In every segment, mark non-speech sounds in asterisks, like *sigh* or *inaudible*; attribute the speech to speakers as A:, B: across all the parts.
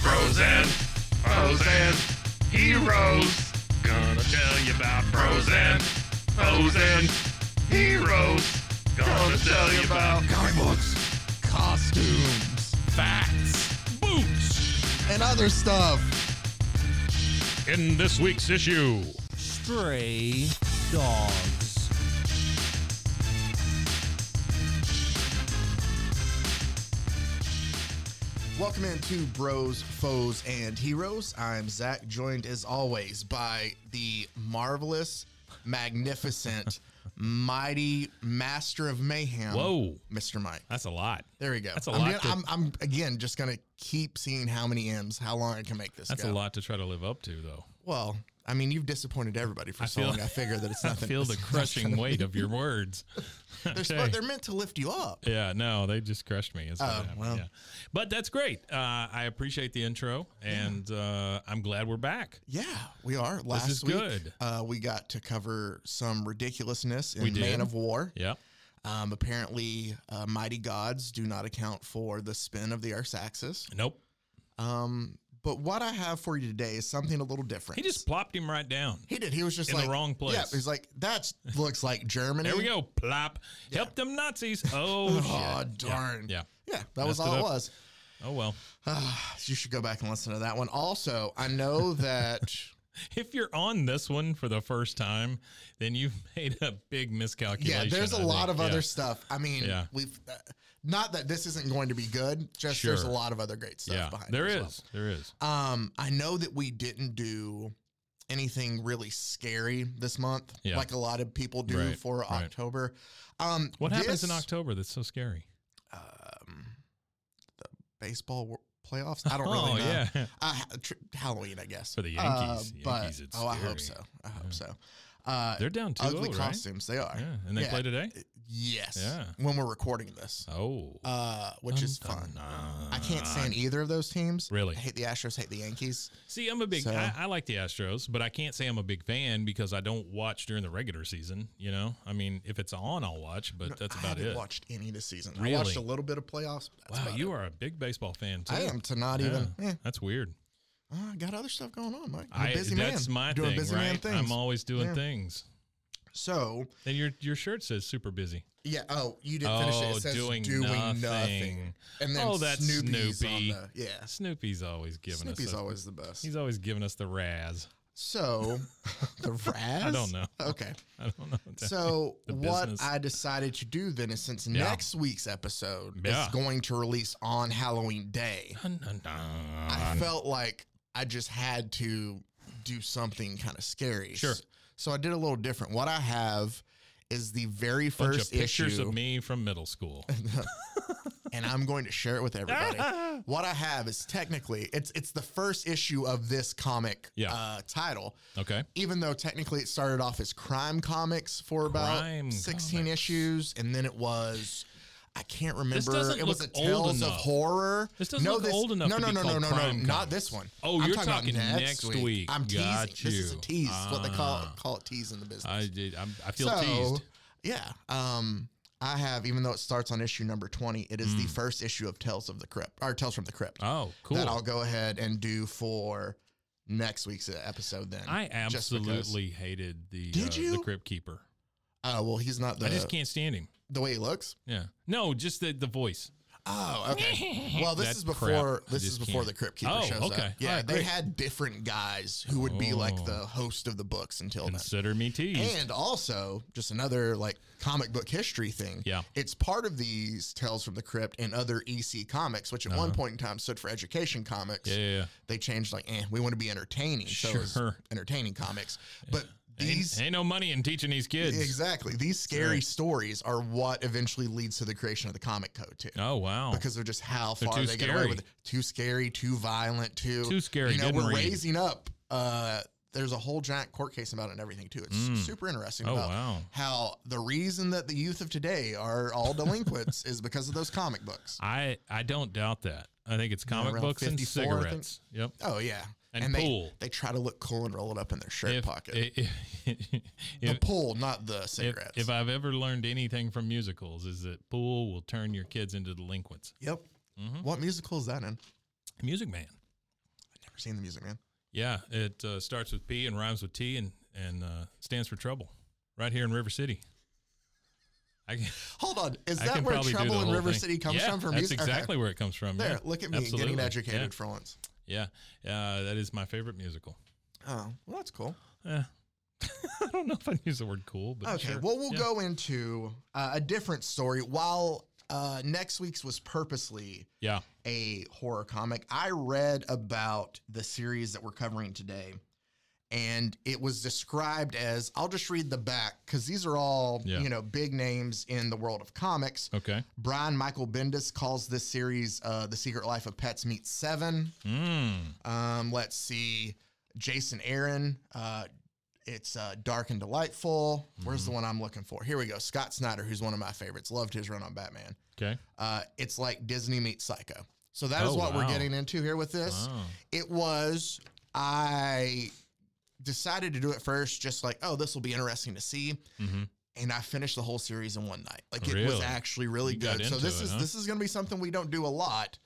A: Frozen, frozen, heroes. Gonna tell you about frozen, frozen, heroes. Gonna tell you about
B: comic books, costumes,
A: facts
B: boots, and other stuff.
A: in this week's issue.
B: Stray dogs. Welcome into Bros, Foes, and Heroes. I'm Zach, joined as always by the marvelous, magnificent, mighty master of mayhem.
C: Whoa.
B: Mr. Mike.
C: That's a lot.
B: There we go.
C: That's a
B: I'm gonna-
C: lot to-
B: I'm, I'm again just gonna keep seeing how many M's, how long I can make this.
C: That's
B: go.
C: a lot to try to live up to, though.
B: Well, I mean, you've disappointed everybody for
C: I
B: so
C: feel-
B: long. I figure that it's
C: *laughs* I
B: nothing.
C: feel the
B: it's
C: crushing
B: nothing. *laughs*
C: weight of your words.
B: They're,
C: Okay.
B: supposed, they're meant to lift you up.
C: Yeah, no, they just crushed me. Is what
B: Oh,
C: happened,
B: well.
C: yeah. But that's great. Uh, I appreciate the intro, and uh, I'm glad we're back.
B: Yeah, we are. Last
C: is
B: week,
C: good.
B: Uh, we got to cover some ridiculousness
C: We
B: in
C: did.
B: Man of War.
C: Yeah.
B: Um, apparently, uh, mighty gods do not account for the spin of the Earth's axis.
C: Nope.
B: Um, but what I have for you today is something a little different.
C: He just plopped him right down.
B: he did. He was just
C: in the
B: like
C: wrong
B: Yeah,
C: place.
B: he's like that looks like Germany.
C: There we go. Plop. Help
B: *laughs*
C: them Nazis. Oh,
B: Oh,
C: shit.
B: darn.
C: Yeah.
B: Yeah, that was
C: Messed
B: all
C: it
B: it
C: up.
B: was.
C: yeah. Oh well.
B: Ah, you should go back and listen to that one. Also, I
C: *laughs*
B: know that
C: If you're on this one for the first time, then you've *laughs* made a big miscalculation.
B: yeah, there's a
C: I
B: lot
C: think.
B: of other
C: Yeah.
B: stuff. I mean,
C: Yeah.
B: we've uh, not that this isn't going to be good. Just there's a
C: Sure.
B: lot of other great stuff
C: Yeah,
B: behind.
C: there
B: it
C: is.
B: as well.
C: There is.
B: Um, I know that we didn't do anything really scary this month,
C: Yeah.
B: like a lot of people do
C: Right,
B: for
C: right.
B: October. Um,
C: What happens in
B: this-
C: October that's so scary?
B: Um, the baseball wor- playoffs.
C: *laughs*
B: I don't really know.
C: Oh, yeah.
B: uh, ha- tr- Halloween, I guess.
C: For the
B: Uh,
C: Yankees. The
B: but,
C: Yankees, it's
B: oh, I hope so.
C: scary.
B: I hope
C: Yeah.
B: so. Uh,
C: They're down 2
B: ugly
C: right?
B: costumes, they are.
C: Yeah. And they
B: Yeah.
C: play today?
B: Yes.
C: Yeah.
B: When we're recording this,
C: Oh.
B: uh, which is
C: Dun,
B: fun.
C: dun,
B: I can't
C: dun.
B: stand either of those teams.
C: Really?
B: I hate the Astros, hate the Yankees.
C: See, I'm a big
B: So-
C: I, I like the Astros, but I can't say I'm a big fan because I don't watch during the regular season, you know? I mean, if it's on I'll watch, but
B: No,
C: that's
B: I
C: about
B: haven't
C: it.
B: watched any this season. I
C: Really?
B: watched a little bit of playoffs. but that's
C: Wow,
B: about
C: you
B: it.
C: are a big baseball fan too.
B: I am to not
C: Yeah,
B: even. Eh,
C: That's weird.
B: uh, I got other stuff going on, Mike. I'm a
C: I
B: busy
C: that's
B: man.
C: my
B: doing
C: thing,
B: busy
C: right?
B: man things.
C: I'm always doing
B: Yeah.
C: things.
B: so
C: And your your shirt says super busy.
B: yeah. Oh, you didn't finish it.
C: Oh,
B: It says doing,
C: doing
B: nothing.
C: nothing.
B: And then
C: Oh, that's
B: Snoopy's
C: Snoopy.
B: on the yeah.
C: Snoopy's always giving us
B: Snoopy's
C: a-
B: always the best.
C: He's always giving us the razz. *laughs*
B: So the Raz.
C: I don't know.
B: Okay.
C: I don't know. *laughs* what that-
B: So
C: The
B: what
C: business.
B: I decided to do then is since
C: Yeah.
B: next week's episode
C: Yeah.
B: is going to release on Halloween Day,
C: Dun, dun, dun.
B: I felt like I just had to do something kind of scary.
C: Sure.
B: So I did a little different. What I have is the very
C: bunch
B: first
C: of pictures
B: issue,
C: of me from middle school.
B: and I'm going to share it with
C: *laughs*
B: everybody. what I have is technically it's it's the first issue of this comic
C: Yeah.
B: uh, title.
C: okay.
B: even though technically it started off as crime comics for about
C: Crime
B: 16
C: comics.
B: issues and then it was I can't remember.
C: doesn't
B: it was
C: look
B: a
C: old
B: Tales of
C: enough.
B: Horror.
C: This doesn't look old enough
B: No,
C: to
B: no,
C: be
B: no, no,
C: called
B: no, no,
C: crime
B: Not
C: comics.
B: this one.
C: Oh,
B: I'm
C: you're
B: about
C: talking next week.
B: I'm teasing.
C: Got
B: This is a
C: you.
B: tease. It's what they call
C: Ah.
B: call it tease in the business.
C: I did. I'm, I feel
B: so,
C: teased.
B: Yeah. Um, I have, even though it starts on issue number 20, it is the first issue of Tales of the Crypt or Tales from the Crypt
C: Oh, Hmm. cool.
B: that I'll go ahead and do for next week's episode. Then
C: I
B: just because-
C: absolutely hated the
B: Did
C: uh, the
B: you?
C: crypt keeper.
B: Oh well, he's not the
C: I just can't stand him.
B: the way he looks.
C: Yeah. No, just the, the voice. *laughs*
B: Oh, okay. Well, this
C: That
B: is
C: crap.
B: before
C: I
B: this
C: just
B: is before
C: can't.
B: the Crypt Keeper
C: Oh,
B: shows up.
C: okay.
B: Yeah,
C: All right,
B: they
C: great.
B: had different guys who would be like
C: Oh.
B: the host of the books until then.
C: Consider me teased.
B: Oh, And also, just another like comic book history thing.
C: Yeah.
B: it's part of these Tales from the Crypt and other EC comics, which at one point in time stood for Education Comics.
C: Uh-huh. yeah, yeah, yeah.
B: They changed like, eh, we want to be entertaining, so it was
C: Sure. *sighs*
B: entertaining comics. But These
C: ain't, ain't no money in teaching these kids.
B: exactly these scary
C: Right.
B: stories are what eventually leads to the creation of the comic code too.
C: Oh wow.
B: Because they're just how
C: They're
B: far
C: too
B: they get away
C: scary.
B: with it. Too scary, too violent, too
C: Too scary,
B: You know,
C: didn't
B: we're
C: read.
B: raising up. Uh, there's a whole giant court case about it and everything too. It's super interesting.
C: Oh
B: about
C: wow.
B: How the reason that the youth of today are all delinquents is because of those comic books.
C: I I don't doubt that. I think it's comic
B: around
C: books and
B: 54, I think.
C: cigarettes. Yep.
B: Oh yeah,
C: And
B: they
C: pool.
B: they try to look cool and roll it up in their shirt
C: If-
B: pocket.
C: i-
B: the
C: *laughs* if-
B: pool, not the
C: if,
B: cigarettes.
C: if I've ever learned anything from musicals is that pool will turn your kids into delinquents.
B: yep.
C: Mm-hmm.
B: What musical is that in? I've
C: Music Man.
B: never seen the music man.
C: Yeah, it uh, starts with P and rhymes with T and and uh, stands for trouble. Right here in River City. I can,
B: Hold on, is
C: I
B: that
C: can
B: where
C: probably do
B: Trouble
C: the
B: in
C: whole
B: River
C: thing.
B: City comes
C: Yeah,
B: from? For
C: that's
B: music, Okay.
C: exactly where it comes from.
B: There,
C: yeah.
B: look at me
C: Absolutely.
B: getting
C: Yeah.
B: educated for once.
C: Yeah, uh, that is my favorite musical.
B: Oh, well, that's cool.
C: Eh. *laughs* I don't know if I'd use the word cool, but
B: Okay,
C: sure.
B: well, we'll
C: Yeah.
B: go into uh, a different story. While uh, next week's was purposely
C: Yeah,
B: a horror comic, I read about the series that we're covering today, and it was described as I'll just read the back because these are all
C: Yeah.
B: you know big names in the world of comics.
C: okay.
B: Brian Michael Bendis calls this series uh, "The Secret Life of Pets Meets Seven.
C: Mm.
B: Um, let's see, Jason Aaron. Uh, it's uh, Dark and Delightful. Where's the
C: Mm-hmm.
B: one I'm looking for? Here we go. Scott Snyder, who's one of my favorites. Loved his run on Batman.
C: Okay.
B: Uh, it's like Disney meets Psycho. So that is
C: Oh,
B: what we're
C: wow.
B: getting into here with this.
C: Wow.
B: It was I decided to do it first, just like oh, this will be interesting to see.
C: Mhm.
B: And I finished the whole series in one night. Like it was
C: Really?
B: actually really
C: You got
B: good. So
C: into
B: this
C: it,
B: is
C: huh?
B: this is going to be something we don't do a lot.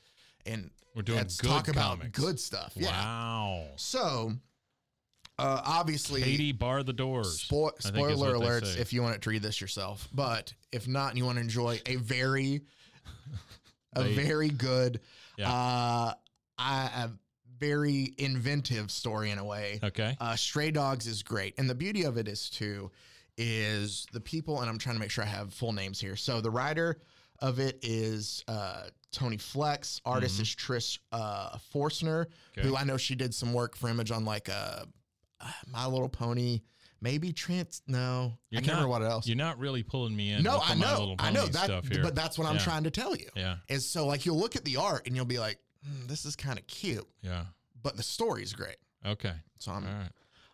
B: And
C: We're doing
B: let's
C: good
B: talk about
C: comics.
B: good stuff. Yeah.
C: Wow.
B: So, uh, obviously,
C: Katie, bar the doors.
B: spo-
C: I think is
B: spoiler
C: what they
B: alerts
C: say.
B: if you want to read this yourself. But if not, and you want to enjoy a
C: *laughs*
B: very, a
C: They-
B: very good,
C: Yeah.
B: uh, I, a very inventive story in a way.
C: okay.
B: Uh, Stray Dogs is great, and the beauty of it is too, is the people. And I'm trying to make sure I have full names here. So the writer of it is uh, Tony Flex. Artist
C: Mm-hmm.
B: is Trish uh, Forstner, who
C: Okay.
B: I know she did some work for Image on like uh, uh, My Little Pony, maybe Trans. No, I can't remember
C: not-
B: what else.
C: You're not really pulling me in.
B: No,
C: with
B: I
C: all my
B: know,
C: Little
B: I know
C: Pony
B: that,
C: stuff here.
B: but that's what I'm
C: Yeah.
B: trying to tell you.
C: Yeah.
B: Is so like you'll look at the art and you'll be like, "Hmm, this is kind of cute,
C: Yeah.
B: but the story's great.
C: Okay.
B: So I'm
C: All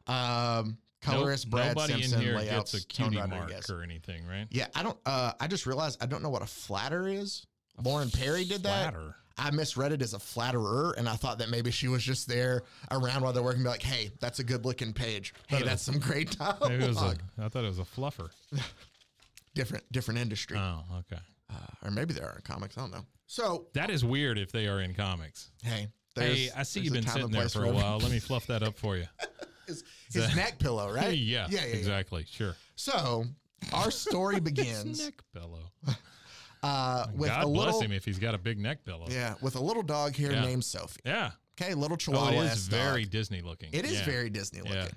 C: right.
B: um, colorist
C: Nope,
B: Brad
C: Nobody
B: Simpson
C: in here
B: layouts
C: gets a
B: Tone
C: cutie
B: Rodriguez.
C: mark or anything, right?
B: Yeah, I don't. Uh, I just realized I don't know what a flatter is. Lauren Perry did that.
C: Flatter.
B: I misread it as a flatterer, and I thought that maybe she was just there around while they're working, be like, "Hey, that's a good looking page. Hey,
C: Thought it
B: that's some great dialogue."
C: Maybe it was a, I thought it was a fluffer.
B: different, different industry,
C: Oh, okay.
B: uh, or maybe there are in comics. I don't know. So
C: That is weird if they are in comics.
B: hey,
C: hey, I see you've
B: there's a time
C: been
B: and
C: sitting there
B: place
C: for a
B: every-
C: while. Let
B: *laughs*
C: me fluff that up for you.
B: His,
C: *laughs*
B: his neck pillow, right?
C: yeah,
B: yeah, yeah, yeah.
C: exactly. Sure.
B: So our
C: *laughs*
B: story begins
C: Neck pillow.
B: uh, with
C: God
B: a
C: bless
B: little,
C: him if he's got a big neck pillow.
B: yeah, with a little dog here
C: Yeah.
B: named Sophie.
C: Yeah.
B: Okay, little
C: Oh,
B: chihuahua.
C: it
B: ass
C: is
B: dog.
C: very Disney looking.
B: It is
C: Yeah.
B: very Disney looking.
C: Yeah.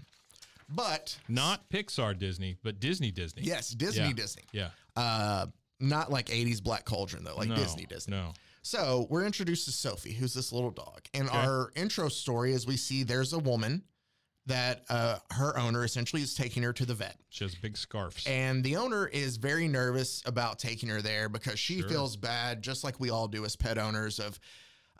B: But
C: Not Pixar Disney, but Disney Disney.
B: yes, Disney
C: Yeah.
B: Disney.
C: Yeah.
B: Uh not like 80s Black Cauldron though, like
C: No,
B: Disney Disney.
C: No.
B: So we're introduced to Sophie, who's this little dog. And
C: Okay.
B: our intro story is we see there's a woman that uh, her owner essentially is taking her to the vet.
C: She has big scarves.
B: And the owner is very nervous about taking her there because she
C: Sure.
B: feels bad, just like we all do as pet owners. Of,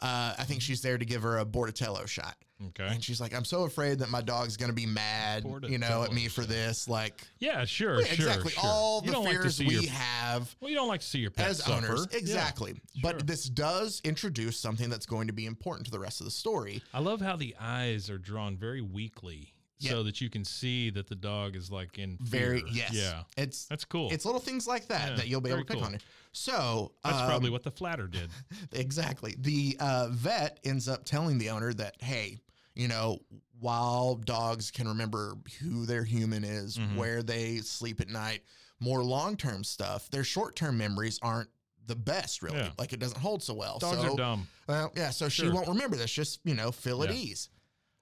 B: uh, I think she's there to give her a Bordatello shot.
C: okay.
B: And she's like, I'm so afraid that my dog's gonna be mad,
C: Poor
B: you know, at me
C: dog.
B: for this. Like,
C: Yeah, sure,
B: yeah,
C: sure.
B: exactly,
C: sure.
B: all
C: You
B: the
C: don't like to
B: fears
C: see
B: we
C: your-
B: have
C: Well, you don't like to see your pet
B: as
C: suffer.
B: owners.
C: Yeah.
B: Exactly.
C: sure.
B: But this does introduce something that's going to be important to the rest of the story.
C: I love how the eyes are drawn very weakly so that you can see that the dog is like in
B: Very
C: fear.
B: yes,
C: Yeah.
B: It's
C: That's cool.
B: it's little things like that
C: Yeah,
B: that you'll be able
C: very
B: to pick
C: cool.
B: on it. So
C: That's
B: um,
C: probably what the
B: *laughs*
C: flatter did.
B: Exactly. The uh, vet ends up telling the owner that, hey, you know, while dogs can remember who their human is,
C: Mhm.
B: where they sleep at night, more long term stuff, their short term memories aren't the best, really.
C: Yeah.
B: Like it doesn't hold so well.
C: Dogs
B: so,
C: are dumb.
B: well, yeah. So she
C: Sure.
B: won't remember this. Just, you know, feel at
C: Yeah.
B: ease.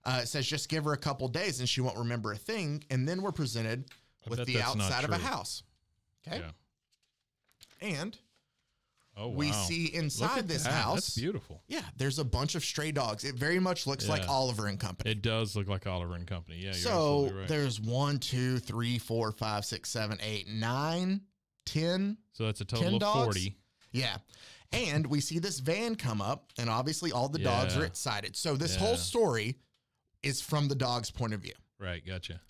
B: Uh, it says just give her a couple days and she won't remember a thing. And then we're presented
C: I
B: with
C: bet
B: the
C: that's not
B: outside of a
C: true.
B: house. Okay.
C: Yeah.
B: And
C: Oh, wow.
B: we see
C: Look
B: inside
C: at
B: this
C: that.
B: house.
C: That's beautiful.
B: Yeah, there's a bunch of stray dogs. It very much looks like
C: Yeah.
B: Oliver and Company.
C: It does look like Oliver and Company. Yeah, you're
B: so
C: absolutely right.
B: there's one, two, three, four, five, six, seven, eight, nine, ten.
C: so that's a
B: 10
C: total of
B: dogs?
C: 40.
B: Yeah. And we see this van come up, and obviously all the dogs are
C: Yeah.
B: excited. So this
C: Yeah.
B: whole story is from the dog's point of view.
C: Right, gotcha.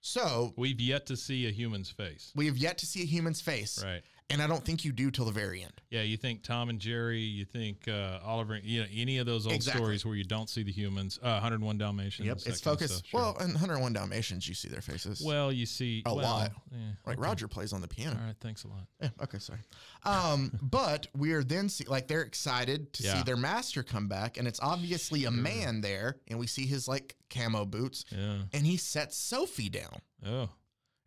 B: So
C: We've yet to see a human's face.
B: we have yet to see a human's face,
C: Right.
B: and I don't think you do till the very end.
C: Yeah, you think Tom and Jerry, you think uh, Oliver, you know, any of those old
B: Exactly.
C: stories where you don't see the humans, uh, 101 Dalmatians. that
B: it's
C: kind of
B: focused.
C: stuff, sure.
B: Well, and 101 Dalmatians, you see their faces.
C: well, you see
B: A
C: well,
B: lot.
C: Yeah,
B: like
C: okay.
B: Roger plays on the piano.
C: All right, thanks
B: *laughs*
C: a lot.
B: Yeah, okay, sorry. Um, *laughs* but we are then see, like they're excited to see
C: Yeah.
B: their master come back, and it's obviously a man there, and we see his like camo boots,
C: Yeah.
B: and he sets Sophie down,
C: Oh,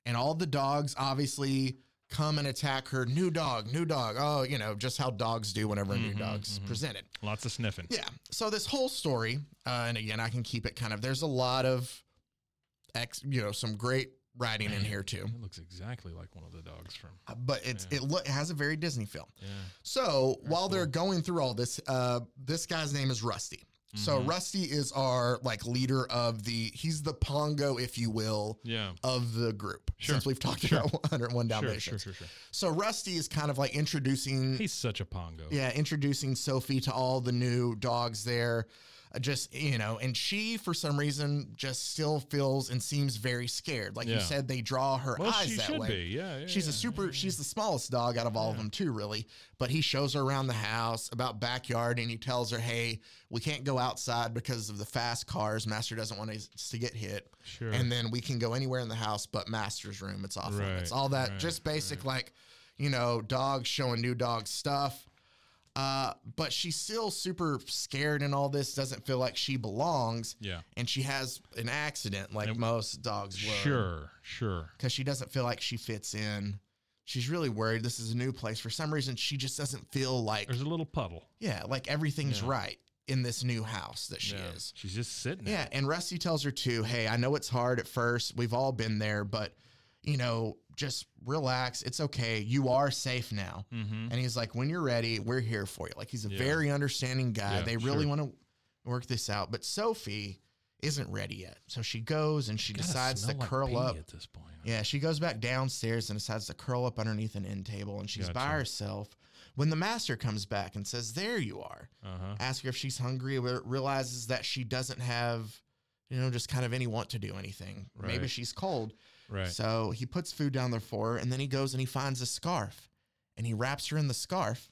B: and all the dogs obviously come and attack her. New dog, new dog. Oh, you know, just how dogs do whenever a new
C: Mm-hmm,
B: dog's presented.
C: lots of sniffing.
B: Yeah. So this whole story, uh, and again, I can keep it kind of. There's a lot of, ex, you know, some great writing in here too,
C: It looks exactly like one of the dogs from.
B: but it's it, lo- it has a very Disney feel.
C: Yeah.
B: So while they're going through all this, uh, this guy's name is Rusty. So
C: Mm-hmm.
B: Rusty is our like leader of the he's the Pongo, if you will,
C: Yeah.
B: of the group.
C: Sure.
B: Since we've talked about *laughs* 101
C: Sure,
B: Dalmatians.
C: sure, sure, sure.
B: So Rusty is kind of like introducing
C: He's such a pongo.
B: yeah, introducing Sophie to all the new dogs there. Uh, Just, you know, and she, for some reason, just still feels and seems very scared. Like you
C: Yeah.
B: said, they draw her
C: Well,
B: eyes
C: she
B: that
C: should
B: way.
C: be. Yeah. yeah,
B: She's a
C: yeah.
B: super, she's the smallest dog out of all of them, too, really. But he shows her around the house about backyard and he tells her, hey, we can't go outside because of the fast cars. Master doesn't want us to get hit.
C: Sure.
B: And then we can go anywhere in the house but Master's room. It's off limits.
C: Right,
B: All that
C: right,
B: just basic, like, you know, dogs showing new dog stuff. Uh, but she's still super scared and all this, doesn't feel like she belongs.
C: Yeah.
B: And she has an accident like most dogs would
C: Sure, sure.
B: because she doesn't feel like she fits in. She's really worried. This is a new place. For some reason, she just doesn't feel like,
C: There's a little puddle.
B: yeah, like everything's
C: Yeah.
B: right in this new house that she
C: Yeah.
B: is.
C: She's just sitting
B: Yeah.
C: there.
B: And Rusty tells her, too, hey, I know it's hard at first. We've all been there, but, you know, just relax. It's okay. You are safe now.
C: Mm-hmm.
B: And he's like, when you're ready, we're here for you. Like, he's a
C: Yeah.
B: very understanding guy.
C: Yeah,
B: they really
C: sure.
B: want to work this out. But Sophie isn't ready yet. So she goes and she
C: Gotta
B: decides to
C: smell like
B: curl
C: pee
B: up.
C: at this point.
B: Yeah, she goes back downstairs and decides to curl up underneath an end table, and she's by
C: Gotcha.
B: herself. When the master comes back and says, "There you are,"
C: Uh-huh.
B: asks her if she's hungry, re- realizes that she doesn't have, you know, just kind of any want to do anything. Maybe
C: Right.
B: she's cold.
C: Right.
B: So he puts food down there for her, and then he goes and he finds a scarf, and he wraps her in the scarf,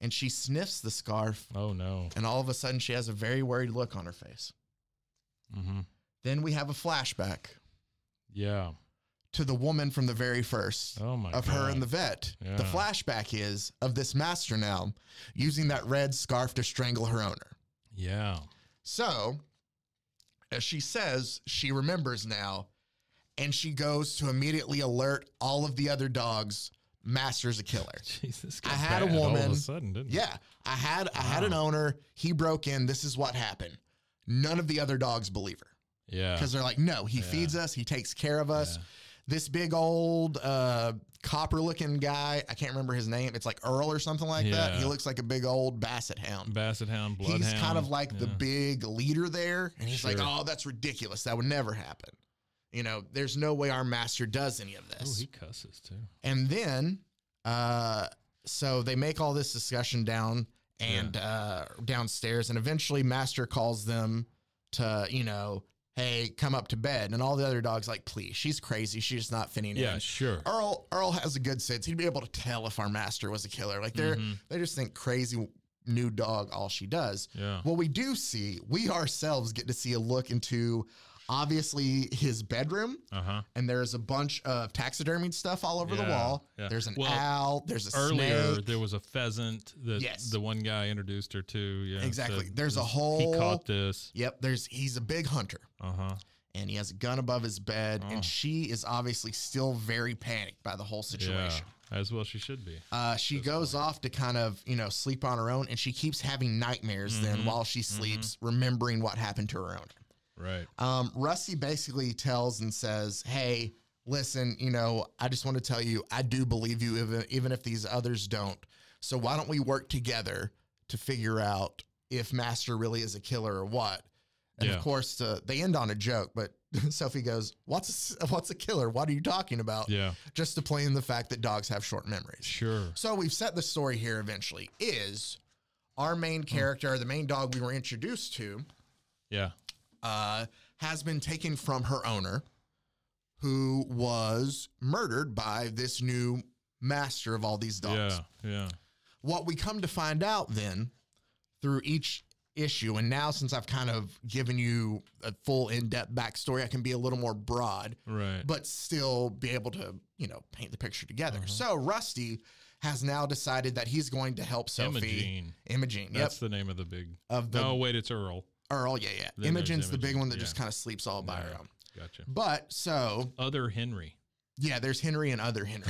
B: and she sniffs the scarf,
C: oh no.
B: and all of a sudden she has a very worried look on her face.
C: Mm-hmm.
B: Then we have a flashback
C: Yeah.
B: to the woman from the very first.
C: Oh my
B: of
C: God.
B: her and the vet. The
C: Yeah.
B: flashback is of this master now using that red scarf to strangle her owner.
C: Yeah. *laughs*
B: So, as she says, she remembers now and she goes to immediately alert all of the other dogs master's a killer.
C: Jesus.
B: I had a
C: All of
B: woman-
C: a sudden, didn't it?
B: Yeah, I had I had an
C: Wow.
B: owner, he broke in, this is what happened. None of the other dogs believe her
C: Yeah.
B: because they're like, no, he feeds us, he takes care of us. This big old uh, copper looking guy, I can't remember his name. It's like Earl or something like that. He
C: Yeah.
B: looks like a big old basset hound.
C: Basset hound, bloodhound.
B: He's kind of like the
C: Yeah.
B: big leader there. And he's like,
C: Sure.
B: oh, that's ridiculous. That would never happen. You know, there's no way our master does any of
C: Oh,
B: this.
C: he cusses too.
B: and then, uh, so they make all this discussion down and uh, downstairs. And eventually, master calls them to, you know, hey, come up to bed. And all the other dogs, like, please, she's crazy. She's just not fitting
C: Yeah.
B: in.
C: Sure.
B: Earl Earl has a good sense. He'd be able to tell if our master was a killer. Like they're
C: Mhm.
B: they just think crazy new dog all she does.
C: Yeah.
B: What we do see, we ourselves get to see a look into obviously his bedroom
C: Uh huh.
B: and there's a bunch of taxidermied stuff all over the
C: Yeah,
B: wall.
C: yeah.
B: There's an
C: Well,
B: owl, there's a
C: Earlier,
B: snake.
C: there was a pheasant that
B: Yes.
C: the one guy introduced her to. Yeah.
B: Exactly.
C: said,
B: There's a
C: "This-
B: whole-
C: He caught this.
B: Yep, there's he's a big hunter
C: Uh huh.
B: and he has a gun above his bed
C: Oh.
B: and she is obviously still very panicked by the whole
C: Yeah.
B: situation.
C: As well, she should be.
B: Uh, she goes off to kind of, you know, sleep on her own, and she keeps having nightmares then
C: Mm-hmm.
B: while she sleeps, remembering what happened to her owner.
C: Right.
B: Um, Rusty basically tells and says, Hey, listen, you know, I just want to tell you, I do believe you, even, even if these others don't. So why don't we work together to figure out if Master really is a killer or what? And
C: Yeah.
B: of course, uh, they end on a joke, but *laughs* Sophie goes, "What's a, what's a killer? What are you talking about?"
C: Yeah.
B: Just to play in the fact that dogs have short memories.
C: Sure.
B: So we've set the story here. Eventually, is our main
C: Hmm.
B: character, the main dog we were introduced to,
C: Yeah.
B: uh, has been taken from her owner, who was murdered by this new master of all these dogs.
C: Yeah. Yeah.
B: What we come to find out then through each issue, and now since I've kind of given you a full in depth backstory, I can be a little more broad,
C: Right.
B: but still be able to, you know, paint the picture together.
C: Uh-huh.
B: So Rusty has now decided that he's going to help Sophie.
C: Imogene.
B: Imogene, yep.
C: That's the name of the big.
B: Of the-
C: no, wait, it's Earl.
B: Earl, yeah, yeah.
C: Then there's
B: Imogene's the big
C: Imogen,
B: one that
C: yeah.
B: just kind of sleeps all by
C: Yeah.
B: her own.
C: Gotcha.
B: But so
C: Other Henry.
B: Yeah, there's Henry and other
C: *laughs*
B: Henry.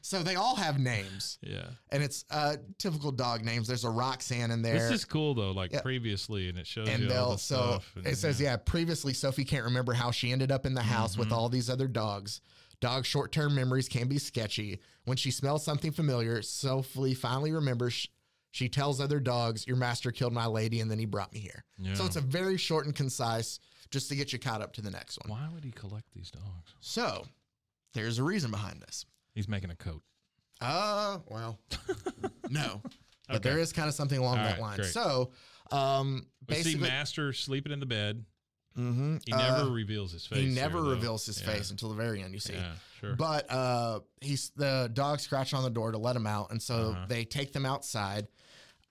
B: so they all have names,
C: Yeah.
B: and it's uh, typical dog names. There's a Roxanne in there.
C: This is cool though. Like
B: Yeah.
C: previously, and it shows
B: and
C: you all
B: they'll
C: the
B: so
C: stuff. and-
B: it says yeah. Previously, Sophie can't remember how she ended up in the house with
C: Mm-hmm.
B: all these other dogs. Dog short-term memories can be sketchy. When she smells something familiar, Sophie finally remembers. sh- She tells other dogs, "Your master killed my lady, and then he brought me here." So
C: Yeah.
B: it's a very short and concise, just to get you caught up to the next one.
C: Why would he collect these dogs?
B: So there's a reason behind this.
C: He's making a coat.
B: Uh,
C: *laughs*
B: well, no, but there is kind of something along
C: All
B: that
C: right,
B: line.
C: great.
B: So, um,
C: We see
B: basically,
C: Master sleeping in the bed.
B: Mhm,
C: He
B: uh,
C: never reveals his face.
B: he never
C: there, though.
B: reveals his
C: Yeah.
B: face until the very end. You see,
C: Yeah, sure.
B: but uh, he's the dog scratched on the door to let him out, and so
C: Uh-huh.
B: they take them outside,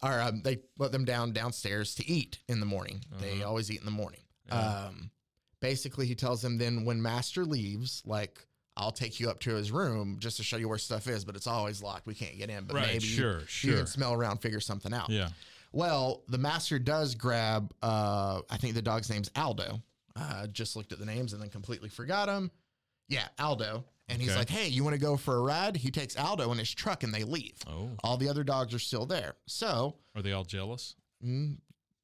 B: or um, they let them down downstairs to eat in the morning. They
C: Uh-huh.
B: always eat in the morning.
C: Yeah.
B: Um, basically, he tells them then when Master leaves, like. I'll take you up to his room just to show you where stuff is, but it's always locked. We can't get in. But
C: right.
B: maybe
C: sure.
B: you
C: Sure.
B: can smell around, figure something out.
C: Yeah.
B: Well, the master does grab. Uh, I think the dog's name's Aldo. Uh, just looked at the names and then completely forgot him. Yeah, Aldo. And he's
C: Okay.
B: like, "Hey, you want to go for a ride?" He takes Aldo in his truck and they leave.
C: Oh.
B: All the other dogs are still there. So,
C: Are they all jealous?
B: mm,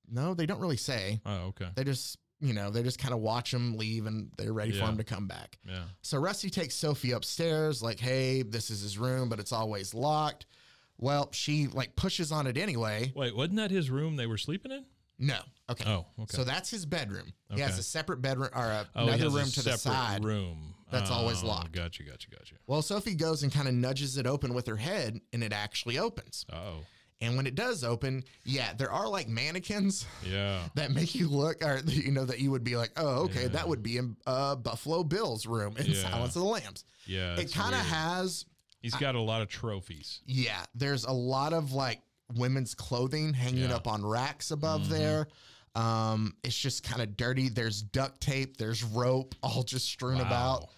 B: no, they don't really say.
C: Oh, okay.
B: They just, you know, they just kind of watch him leave and they're ready
C: Yeah.
B: for him to come back.
C: Yeah.
B: So Rusty takes Sophie upstairs, like, "Hey, this is his room, but it's always locked." Well, she like pushes on it anyway.
C: Wait, wasn't that his room they were sleeping in?
B: No. Okay.
C: Oh, okay.
B: So that's his bedroom. He has
C: Okay.
B: a separate bedroom or a,
C: oh, he
B: another
C: has a
B: room to the
C: separate
B: side.
C: Room
B: that's always
C: Oh,
B: locked.
C: Gotcha. Gotcha. Gotcha.
B: Well, Sophie goes and kind of nudges it open with her head, and it actually opens.
C: Oh.
B: And when it does open, yeah, there are like mannequins *laughs*
C: Yeah.
B: that make you look, or you know, that you would be like, oh, okay,
C: Yeah.
B: that would be in uh, Buffalo Bill's room in
C: Yeah.
B: Silence of the Lambs.
C: Yeah.
B: it
C: it's
B: kind of
C: weird.
B: has,
C: He's got a lot of trophies.
B: yeah, there's a lot of like women's clothing hanging
C: Yeah. Mm-hmm.
B: up on racks above there. Um, it's just kind of dirty. There's duct tape, there's rope, *laughs* all just strewn about.
C: Wow.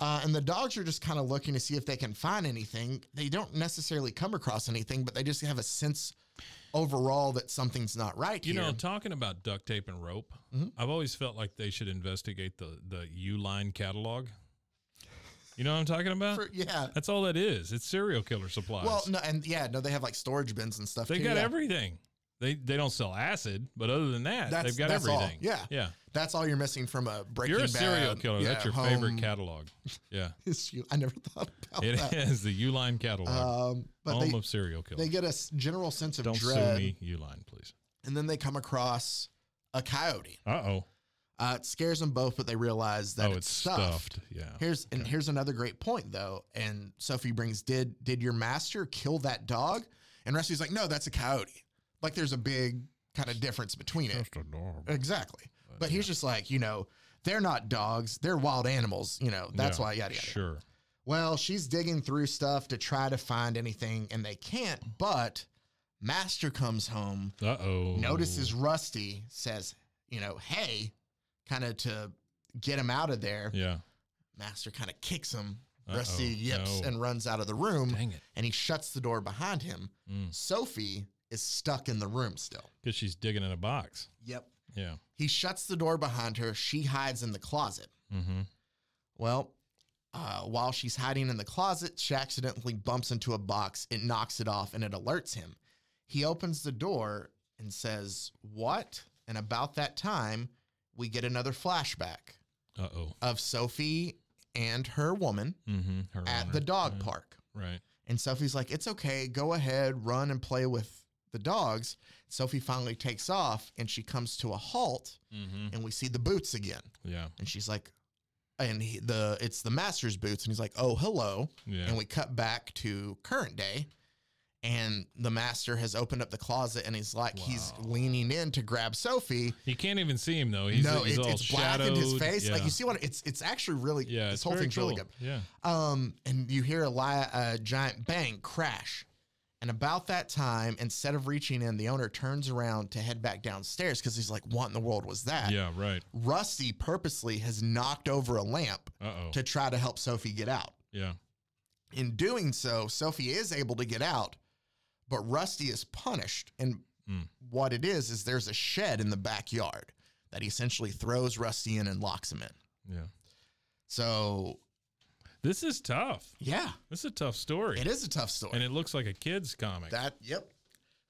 B: Uh, and the dogs are just kind of looking to see if they can find anything. They don't necessarily come across anything, but they just have a sense overall that something's not right
C: You
B: here.
C: know, talking about duct tape and rope,
B: Mm-hmm.
C: I've always felt like they should investigate the the U line catalog. You know what I'm talking about?
B: For- yeah.
C: That's all that is. It's serial killer supplies.
B: Well, no, and yeah, no, they have like storage bins and stuff.
C: they
B: too,
C: got
B: yeah.
C: everything. They they don't sell acid, but other than that,
B: That's-
C: they've got
B: that's all.
C: everything.
B: Yeah.
C: yeah.
B: That's all you're missing from a Breaking
C: You're a
B: Bad.
C: serial killer.
B: yeah,
C: that's your
B: home
C: favorite catalog. Yeah,
B: *laughs* issue. I never thought about
C: it
B: that.
C: is the U line catalog.
B: Um, but
C: home
B: they,
C: of serial killers.
B: they get a s- general sense of
C: don't
B: dread,
C: sue me, U line, please.
B: and then they come across a coyote.
C: Uh oh.
B: Uh, it scares them both, but they realize that
C: Oh,
B: it's, stuffed.
C: Yeah.
B: Here's and here's another great point though. And Sophie brings did did your master kill that dog? And Rusty's like, no, that's a coyote. Like there's a big kind of difference between it.
C: Just adorable.
B: Exactly. But he's just like, you know, they're not dogs, they're wild animals. You know, that's
C: Yeah,
B: why yada yada.
C: Sure.
B: Well, she's digging through stuff to try to find anything, and they can't. But Master comes home,
C: Uh oh.
B: notices Rusty, says, you know, hey, kind of to get him out of there.
C: Yeah.
B: Master kind of kicks him.
C: Uh-oh,
B: Rusty yips
C: no.
B: and runs out of the room,
C: Dang it.
B: and he shuts the door behind him. Sophie is stuck in the room still.
C: Because Mm. she's digging in a box.
B: Yep.
C: Yeah.
B: He shuts the door behind her. She hides in the closet.
C: Mm-hmm.
B: Well, uh, while she's hiding in the closet, she accidentally bumps into a box. It knocks it off and it alerts him. He opens the door and says, What? And about that time, we get another flashback
C: Uh oh.
B: of Sophie and her woman
C: Mm-hmm.
B: at the dog park.
C: Right.
B: And Sophie's like, it's okay, go ahead, run and play with the dogs. Sophie finally takes off and she comes to a halt
C: Mm-hmm.
B: and we see the boots again.
C: Yeah.
B: And she's like, and he, the it's the master's boots. And he's like, oh, hello.
C: Yeah.
B: And we cut back to current day. And the master has opened up the closet and he's like, he's
C: Wow.
B: leaning in to grab Sophie.
C: you can't even see him though. He's,
B: no,
C: he's
B: it-
C: all
B: it's blackened his
C: shadowed.
B: face. Like
C: Yeah.
B: you see what it's it's actually really
C: Yeah.
B: this
C: it's
B: whole
C: very
B: thing's really
C: cool.
B: good.
C: Yeah.
B: Um, and you hear a, li- a giant bang crash. And about that time, instead of reaching in, the owner turns around to head back downstairs because he's like, what in the world was that?
C: Yeah. Right.
B: Rusty purposely has knocked over a lamp
C: Uh oh.
B: to try to help Sophie get out.
C: Yeah.
B: In doing so, Sophie is able to get out, but Rusty is punished. And
C: Mm.
B: what it is, is there's a shed in the backyard that he essentially throws Rusty in and locks him in.
C: Yeah.
B: So,
C: This is tough.
B: yeah,
C: This is a tough story.
B: it is a tough story.
C: And it looks like a kid's comic.
B: That yep.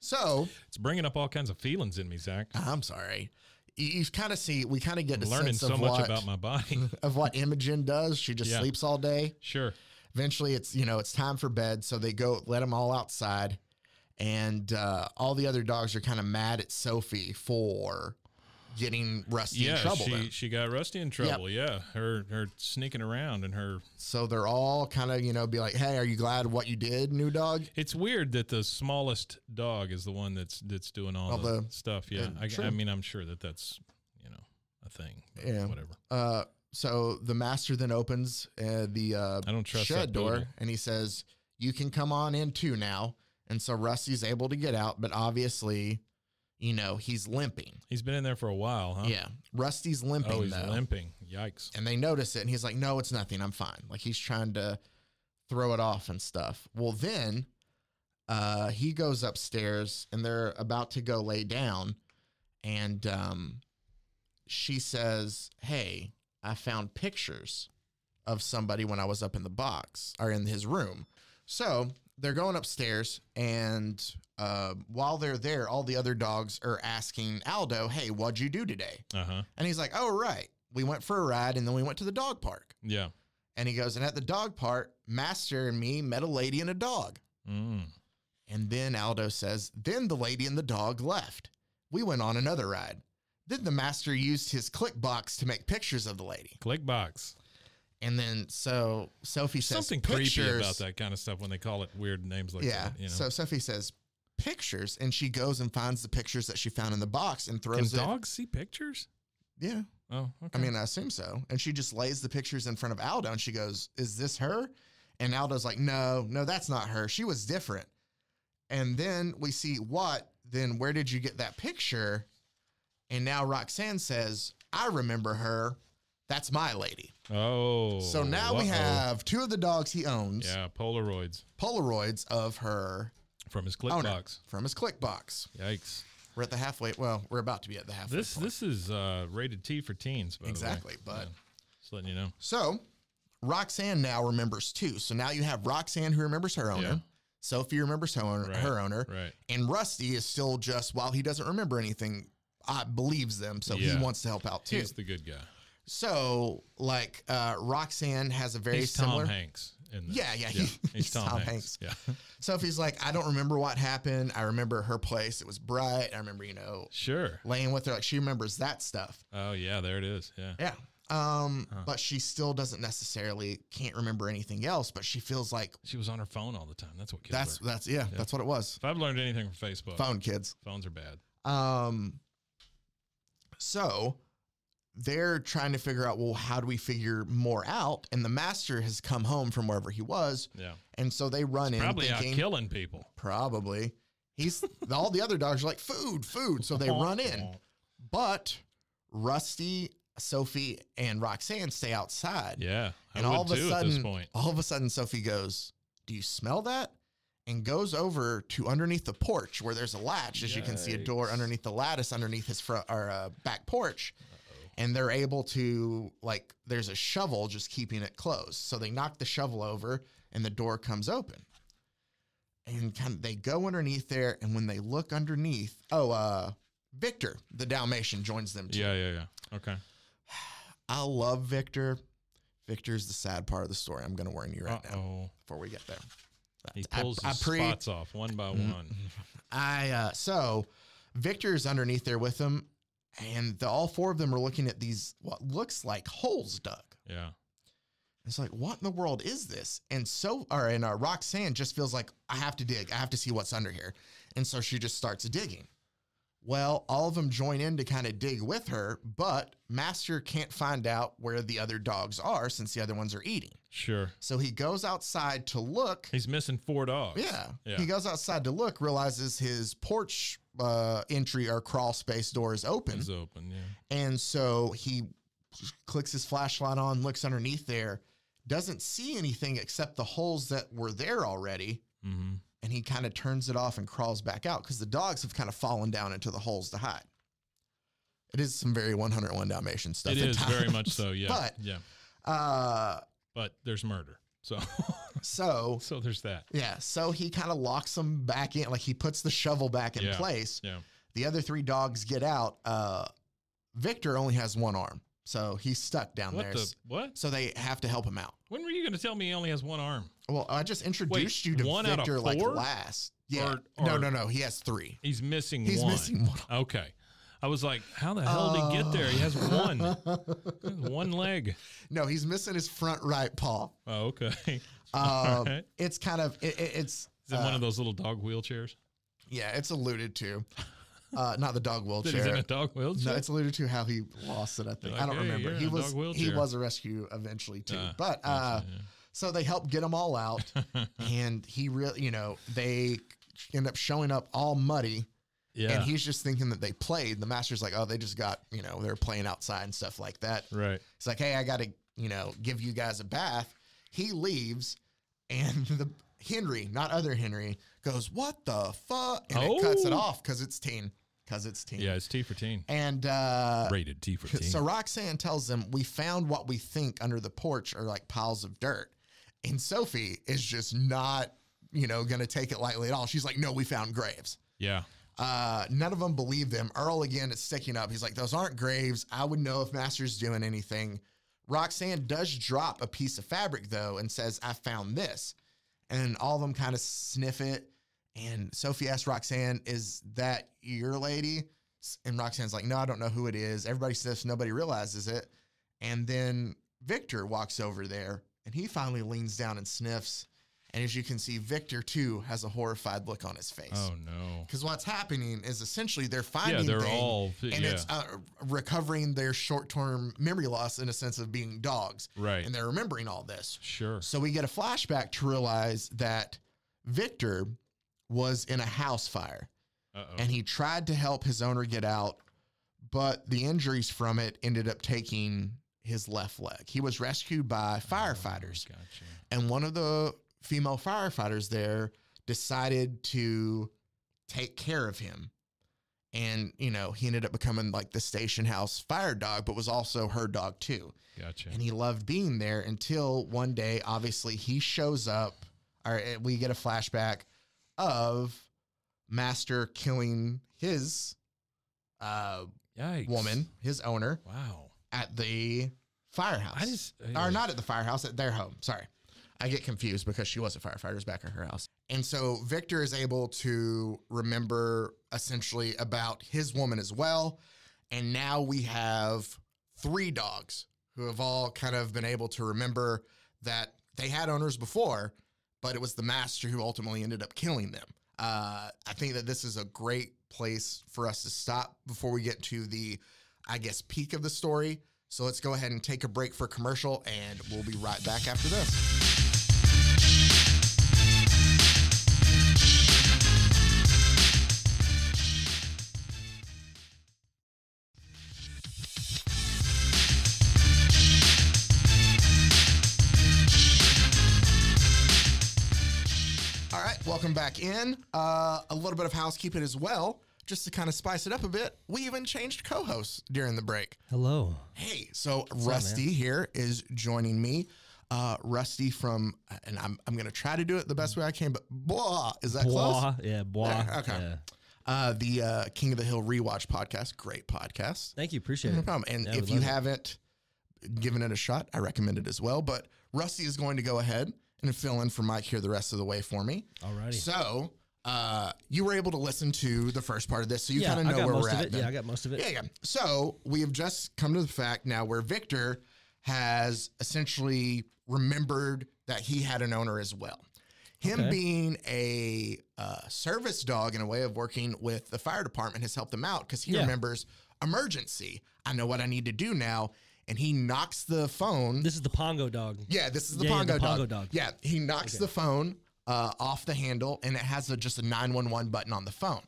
B: So
C: it's bringing up all kinds of feelings in me, Zach.
B: I'm sorry. You, you kind of see we kind of get
C: I'm
B: a
C: learning
B: sense
C: so
B: of
C: much
B: what,
C: about my body.
B: *laughs*
C: *laughs*
B: of what Imogen does. She just
C: Yeah.
B: sleeps all day.
C: sure.
B: Eventually, it's you know it's time for bed, so they go let them all outside, and uh, all the other dogs are kind of mad at Sophie for getting Rusty
C: Yeah.
B: in trouble.
C: She
B: then.
C: she got Rusty in trouble. Yeah. Her her sneaking around and her
B: So they're all kind of you know be like, hey, are you glad what you did, new dog?
C: It's weird that the smallest dog is the one that's that's doing all,
B: All
C: the,
B: the-
C: stuff. Yeah,
B: yeah,
C: I,
B: sure.
C: I mean, I'm sure that that's you know a thing. but
B: Yeah.
C: whatever.
B: Uh, so the master then opens uh, the uh,
C: I don't trust
B: shed
C: that
B: door
C: poodle.
B: and he says, You can come on in too now. And so Rusty's able to get out, but obviously, you know, he's limping.
C: He's been in there for a while, huh?
B: Yeah. Rusty's limping
C: oh, he's
B: though.
C: limping. Yikes.
B: And they notice it and he's like, No, it's nothing. I'm fine. Like he's trying to throw it off and stuff. Well, then uh, he goes upstairs and they're about to go lay down. And um, she says, Hey, I found pictures of somebody when I was up in the box or in his room. So they're going upstairs, and uh, while they're there, all the other dogs are asking Aldo, Hey, what'd you do today?
C: Uh huh.
B: And he's like, Oh, right. We went for a ride and then we went to the dog park.
C: Yeah.
B: And he goes, And at the dog park, Master and me met a lady and a dog.
C: Mm.
B: And then Aldo says, Then the lady and the dog left. We went on another ride. Then the master used his click box to make pictures of the lady.
C: Click box.
B: And then so Sophie says,
C: Something
B: pictures.
C: creepy about that kind of stuff when they call it weird names like
B: yeah.
C: that. You know?
B: So Sophie says, Pictures. And she goes and finds the pictures that she found in the box and
C: Can
B: throws it.
C: dogs see pictures?
B: Yeah.
C: Oh,
B: I
C: okay.
B: mean, I assume so. And she just lays the pictures in front of Aldo and she goes, Is this her? And Aldo's like, No, no, that's not her. She was different. And then we see what, then where did you get that picture? And now Roxanne says, I remember her. That's my lady.
C: oh.
B: So now we
C: uh-oh.
B: have two of the dogs he owns,
C: yeah Polaroids
B: Polaroids of her
C: from his click
B: owner
C: box.
B: from his click box.
C: Yikes.
B: We're at the halfway. Well, we're about to be at the halfway.
C: This
B: point.
C: this is uh, rated T for teens. By the way.
B: exactly. But
C: Yeah. just letting you know.
B: So Roxanne now remembers too. So now you have Roxanne who remembers her owner,
C: Yeah.
B: Sophie remembers her owner,
C: Right,
B: her owner
C: Right.
B: and Rusty is still just while he doesn't remember anything, I believes them, so
C: Yeah.
B: he wants to help out too.
C: He's the good guy.
B: so like uh, Roxanne has a very
C: he's
B: similar.
C: Tom Hanks in this.
B: Yeah, yeah, he-
C: he's Tom, Hanks. Yeah,
B: Sophie's like, I don't remember what happened. I remember her place. It was bright. I remember you know
C: sure.
B: laying with her. Like she remembers that stuff.
C: Oh yeah, there it is. Yeah, Uh-huh.
B: Yeah. Um,
C: Huh.
B: but she still doesn't necessarily can't remember anything else. But she feels like
C: she was on her phone all the time. That's what killed
B: That's
C: her.
B: that's yeah,
C: Yeah.
B: that's what it was.
C: If I've learned anything from Facebook,
B: Phone kids.
C: phones are bad.
B: Um so they're trying to figure out well how do we figure more out and the master has come home from wherever he was
C: Yeah,
B: and so they run in
C: probably out
B: thinking
C: killing people.
B: probably he's all the other dogs are like food food so they run in but Rusty Sophie and Roxanne stay outside
C: Yeah, I
B: and
C: would
B: all of a
C: too
B: sudden,
C: at this point.
B: all of a sudden, Sophie goes, "Do you smell that?" And goes over to underneath the porch where there's a latch, as you can see a door
C: Yikes.
B: underneath the lattice, underneath his front or uh, back porch, and they're able to like there's a shovel just keeping it closed. So they knock the shovel over, and the door comes open. And kind of, they go underneath there, and when they look underneath, oh, uh, Victor, the Dalmatian, joins them too.
C: Yeah, yeah, yeah. Okay.
B: I love Victor. Victor's the sad part of the story. I'm going to warn you right
C: Uh
B: now
C: oh.
B: before we get there.
C: He pulls
B: I
C: his
B: pre- Mm-hmm.
C: spots off one by one.
B: I uh, so Victor's underneath there with him, and the, all four of them are looking at these what looks like holes dug.
C: Yeah.
B: It's like what in the world is this? And so, or and uh, Roxanne just feels like I have to dig. I have to see what's under here, and so she just starts digging. Well, all of them join in to kind of dig with her, but Master can't find out where the other dogs are since the other ones are eating.
C: Sure.
B: So he goes outside to look.
C: He's missing four dogs.
B: Yeah.
C: Yeah.
B: He goes outside to look, realizes his porch uh, entry or crawl space door is open.
C: He's open. Yeah.
B: And so he clicks his flashlight on, looks underneath there, doesn't see anything except the holes that were there already.
C: Mm-hmm.
B: And he kind of turns it off and crawls back out because the dogs have kind of fallen down into the holes to hide. It is some very 101 Dalmatian stuff.
C: It
B: at
C: is very
B: times.
C: much so.
B: *laughs*
C: Yeah.
B: But,
C: yeah.
B: uh,
C: But there's murder. So *laughs*
B: so
C: so there's that.
B: yeah, so he kind of locks them back in, like he puts the shovel back in
C: Yeah.
B: place.
C: Yeah.
B: The other three dogs get out. Uh, Victor only has one arm, so he's stuck down
C: What
B: there.
C: the what?
B: So they have to help him out.
C: When were you going to tell me he only has one arm?
B: Well, I just introduced you to
C: one out of
B: Victor like
C: four?
B: last. Yeah.
C: Or-
B: no,
C: or-
B: no, no. He has three.
C: He's missing
B: He's
C: one.
B: missing one.
C: Okay. I was like, how the hell did he get there? He has
B: Oh.
C: one. one leg.
B: *laughs* No, he's missing his front right
C: *laughs*
B: paw.
C: Oh, okay.
B: Um,
C: right.
B: It's kind of it, it- it's
C: Is it one
B: uh,
C: of those little dog wheelchairs?
B: yeah, it's alluded to. Uh, not the dog
C: *laughs* That he's in a
B: wheelchair.
C: dog wheelchair?
B: No, it's alluded to how he lost it. I think I don't
C: Like, hey,
B: remember.
C: you're
B: He
C: in a
B: was
C: dog
B: he
C: wheelchair.
B: was a rescue eventually too.
C: Ah,
B: but uh, so they help get him all
C: *laughs*
B: out, and he really you know they end up showing up all muddy.
C: yeah.
B: And he's just thinking that they played. The master's like, oh, they just got, you know, they're playing outside and stuff like that.
C: right.
B: It's like, hey, I got to, you know, give you guys a bath. He leaves, and *laughs* the Henry, not other Henry, goes, what the fuck? And it cuts it
C: Oh.
B: off because it's teen. Because it's teen.
C: Yeah, it's T for teen.
B: And uh,
C: Rated T for teen.
B: so Roxanne tells them, we found what we think under the porch are like piles of dirt. And Sophie is just not, you know, going to take it lightly at all. She's like, no, we found graves.
C: yeah.
B: Uh, none of them believe them. Earl again is sticking up. He's like, those aren't graves. I would know if Master's doing anything. Roxanne does drop a piece of fabric though and says, I found this. And all of them kind of sniff it. And Sophie asks Roxanne, Is that your lady? S- And Roxanne's like, No, I don't know who it is. Everybody sniffs, nobody realizes it. And then Victor walks over there and he finally leans down and sniffs. And as you can see, Victor too has a horrified look on his face.
C: Oh, no.
B: Because what's happening is essentially they're finding
C: Yeah, they're
B: thing,
C: all.
B: and
C: yeah.
B: it's uh, recovering their short-term memory loss in a sense of being dogs,
C: right.
B: and they're remembering all this.
C: Sure.
B: So we get a flashback to realize that Victor was in a house fire,
C: Uh oh.
B: and he tried to help his owner get out, but the injuries from it ended up taking his left leg. He was rescued
C: Oh,
B: by firefighters,
C: Gotcha.
B: and one of the female firefighters there decided to take care of him and you know he ended up becoming like the station house fire dog but was also her dog too
C: Gotcha.
B: and he loved being there until one day obviously he shows up or uh, we get a flashback of master killing his uh
C: Yikes.
B: woman his owner
C: Wow.
B: at the firehouse
C: I just.
B: or Uh, not at the firehouse at their home. Sorry, I get confused because she was a firefighter. It's back at her house, and so Victor is able to remember essentially about his woman as well, and now we have three dogs who have all kind of been able to remember that they had owners before, but it was the master who ultimately ended up killing them. Uh, I think that this is a great place for us to stop before we get to the, I guess, peak of the story. So let's go ahead and take a break for commercial, and we'll be right back after this. All right, welcome back in. Uh, a little bit of housekeeping as well, just to kind of spice it up a bit. We even changed co-hosts during the break.
D: Hello.
B: Hey, so Rusty here is joining me. Uh, Rusty from, and I'm, I'm going to try to do it the best way I can, but blah, is that close?
D: Bois. Yeah, bois.
B: There, okay.
D: Yeah.
B: Uh, the uh, King of the Hill rewatch podcast, great podcast.
D: Thank you. Appreciate
B: No
D: it.
B: problem. And
D: Yeah,
B: if
D: we
B: you
D: love it.
B: haven't given it a shot, I recommend it as well. But Rusty is going to go ahead and fill in for Mike here the rest of the way for me.
D: Alrighty.
B: So uh, you were able to listen to the first part of this, so you kind of
D: I
B: know
D: got
B: where
D: most
B: we're
D: of
B: at.
D: it.
B: then.
D: Yeah, I got most of it.
B: Yeah, yeah. So we have just come to the fact now where Victor has essentially remembered that he had an owner as well. Him
D: Okay.
B: being a uh, service dog in a way of working with the fire department has helped him out because he
D: Yeah.
B: remembers emergency. I know what I need to do now. And he knocks the phone.
D: This is the Pongo dog.
B: yeah, this is the,
D: Yeah, yeah,
B: Pongo,
D: the Pongo
B: dog.
D: dog.
B: Yeah, he knocks the phone uh, off the handle and it has a, just a 911 button on the phone.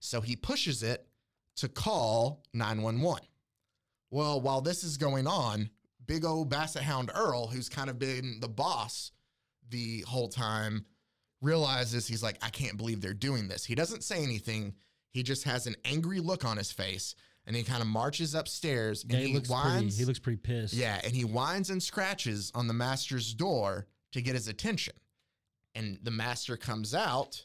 B: So he pushes it to call 911. Well, while this is going on, big old basset hound Earl, who's kind of been the boss the whole time, realizes he's like, I can't believe they're doing this. He doesn't say anything. He just has an angry look on his face and he kind of marches upstairs and
D: Yeah, he, looks pretty. He looks pretty pissed.
B: yeah, and he whines and scratches on the master's door to get his attention. And the master comes out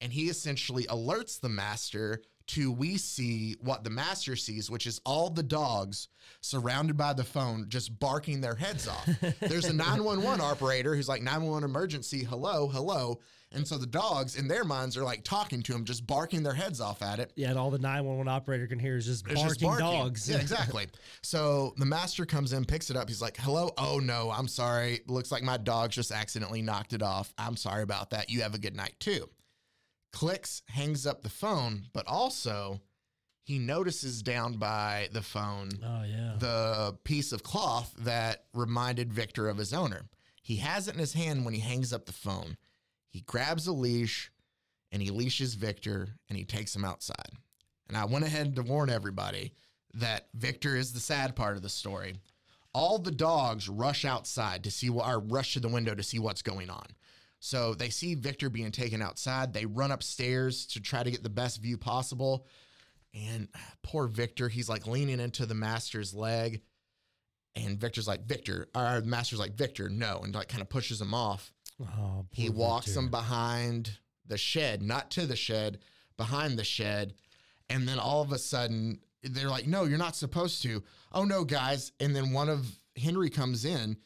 B: and he essentially alerts the master to we see what the master sees, which is all the dogs surrounded by the phone just barking their heads off. There's a 911 operator who's like 911 emergency, hello, hello. And so the dogs in their minds are like talking to him, just barking their heads off at it.
D: Yeah, and all the 911 operator can hear is just,
B: It's
D: barking,
B: just
D: dogs.
B: Yeah, exactly. so the master comes in, picks it up. He's like, "Hello, oh no, I'm sorry. Looks like my dog just accidentally knocked it off. I'm sorry about that. You have a good night too." Clicks, hangs up the phone, but also he notices down by the phone
D: Oh yeah.
B: the piece of cloth that reminded Victor of his owner. He has it in his hand when he hangs up the phone. He grabs a leash and he leashes Victor and he takes him outside. And I went ahead to warn everybody that Victor is the sad part of the story. All the dogs rush outside to see what, or rush to the window to see what's going on. So they see Victor being taken outside. They run upstairs to try to get the best view possible. And poor Victor, he's like leaning into the master's leg. And Victor's like, Victor, or the master's like, Victor, no. And like kind of pushes him off.
D: oh,
B: He
D: poor
B: walks
D: Victor.
B: him behind the shed, not to the shed, behind the shed. And then all of a sudden, they're like, no, you're not supposed to. Oh, no, guys. And then one of Henry comes in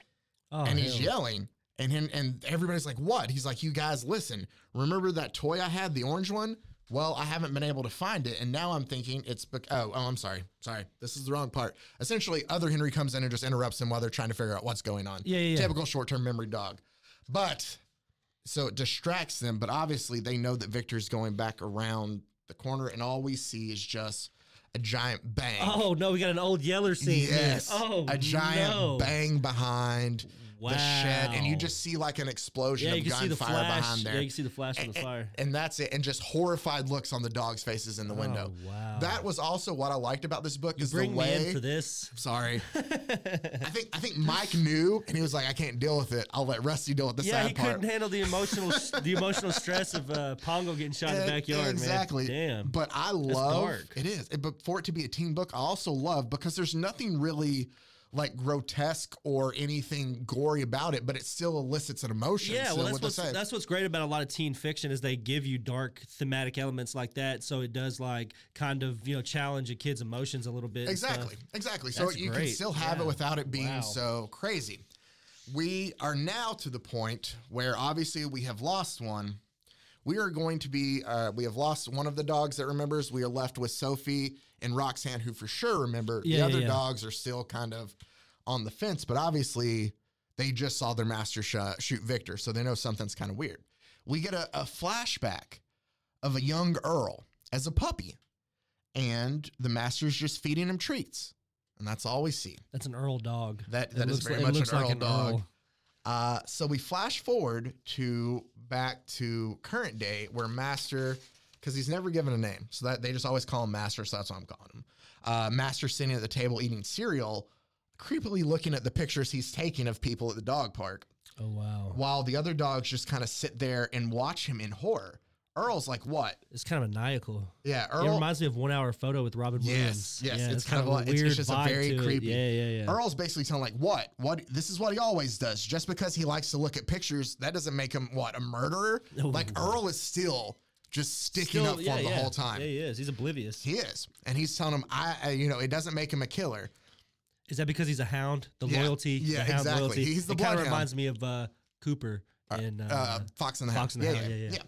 D: Oh,
B: and he's
D: hell.
B: yelling. And him, and everybody's like, "What?" He's like, "You guys, listen. Remember that toy I had, the orange one? Well, I haven't been able to find it, and now I'm thinking it's bec- oh, oh, I'm sorry, sorry. This is the wrong part. Essentially, other Henry comes in and just interrupts him while they're trying to figure out what's going on.
D: Yeah, yeah, yeah.
B: Typical short-term memory dog, but so it distracts them. But obviously, they know that Victor's going back around the corner, and all we see is just a giant bang.
D: Oh no, we got an old Yeller scene. here.
B: Yes.
D: Oh,
B: a giant
D: no.
B: bang behind
D: Wow.
B: the shed, and you just see like an explosion
D: yeah,
B: of
D: you can see the
B: gunfire
D: flash.
B: behind there. Eh,
D: Yeah, you can see the flash from
B: and,
D: the fire.
B: and that's it, and just horrified looks on the dogs' faces in the window.
D: Oh, wow.
B: That was also what I liked about this book
D: You
B: is
D: bring
B: the way.
D: me in for this. *laughs*
B: Sorry, I think I think Mike knew, and he was like, "I can't deal with it. I'll let Rusty deal with the
D: Yeah,
B: sad
D: he
B: part."
D: couldn't handle the emotional the emotional stress of uh, Pongo getting shot in the
B: Yeah,
D: backyard, man.
B: Eh, exactly.
D: Damn.
B: But I love
D: dark.
B: it is. It- but for it to be a teen book, I also love because there's nothing really like grotesque or anything gory about it, but it still elicits an emotion.
D: Yeah,
B: so
D: well,
B: what
D: that's
B: to
D: what's
B: say.
D: that's what's great about a lot of teen fiction is they give you dark thematic elements like that, so it does like kind of you know challenge a kid's emotions a little bit. and stuff.
B: Exactly. Exactly. So
D: That's
B: you can
D: great.
B: still have
D: Yeah.
B: it without it being
D: Wow.
B: so crazy. We are now to the point where obviously we have lost one. We are going to be, uh, we have lost one of the dogs that remembers. We are left with Sophie and Roxanne, who for sure remember.
D: Yeah,
B: the
D: yeah,
B: other
D: yeah.
B: dogs are still kind of on the fence, but obviously they just saw their master sh- shoot Victor. So they know something's kind of weird. We get a, a flashback of a young Earl as a puppy, and the master's just feeding him treats. And that's all we see.
D: That's an Earl dog.
B: That
D: It
B: that is
D: looks
B: very
D: like-
B: much
D: it looks
B: an
D: like
B: Earl
D: an
B: dog.
D: Earl.
B: Uh, so we flash forward to back to current day where Master, because he's never given a name, so that they just always call him Master. So that's what I'm calling him. Uh, Master sitting at the table eating cereal, creepily looking at the pictures he's taking of people at the dog park,
D: Oh wow.
B: while the other dogs just kind of sit there and watch him in horror. Earl's like, "What?
D: It's kind of maniacal.
B: Yeah,
D: It
B: Earl."
D: reminds me of One Hour Photo with Robin
B: Yes,
D: Williams.
B: yes,
D: Yeah,
B: it's kind of
D: a
B: like- it's- it's
D: weird
B: just a
D: vibe
B: very
D: to it.
B: creepy-
D: Yeah, yeah, yeah.
B: Earl's basically telling like, what? What? This is what he always does. Just because he likes to look at pictures, that doesn't make him what a murderer.
D: Oh,
B: like
D: wow.
B: Earl is still just sticking
D: Still-
B: up for
D: yeah,
B: him the
D: yeah.
B: whole time.
D: Yeah, he is. He's oblivious.
B: He is, and he's telling him, I, I, you know, it doesn't make him a killer.
D: Is that because he's a hound? The
B: Yeah.
D: loyalty,
B: Yeah,
D: the hound
B: exactly.
D: loyalty.
B: He's the
D: it kind of
B: bloodhound.
D: reminds me of uh, Cooper in uh,
B: uh, Fox and the
D: Fox
B: Hound.
D: and the
B: yeah,
D: Hound,
B: yeah,
D: yeah,
B: yeah.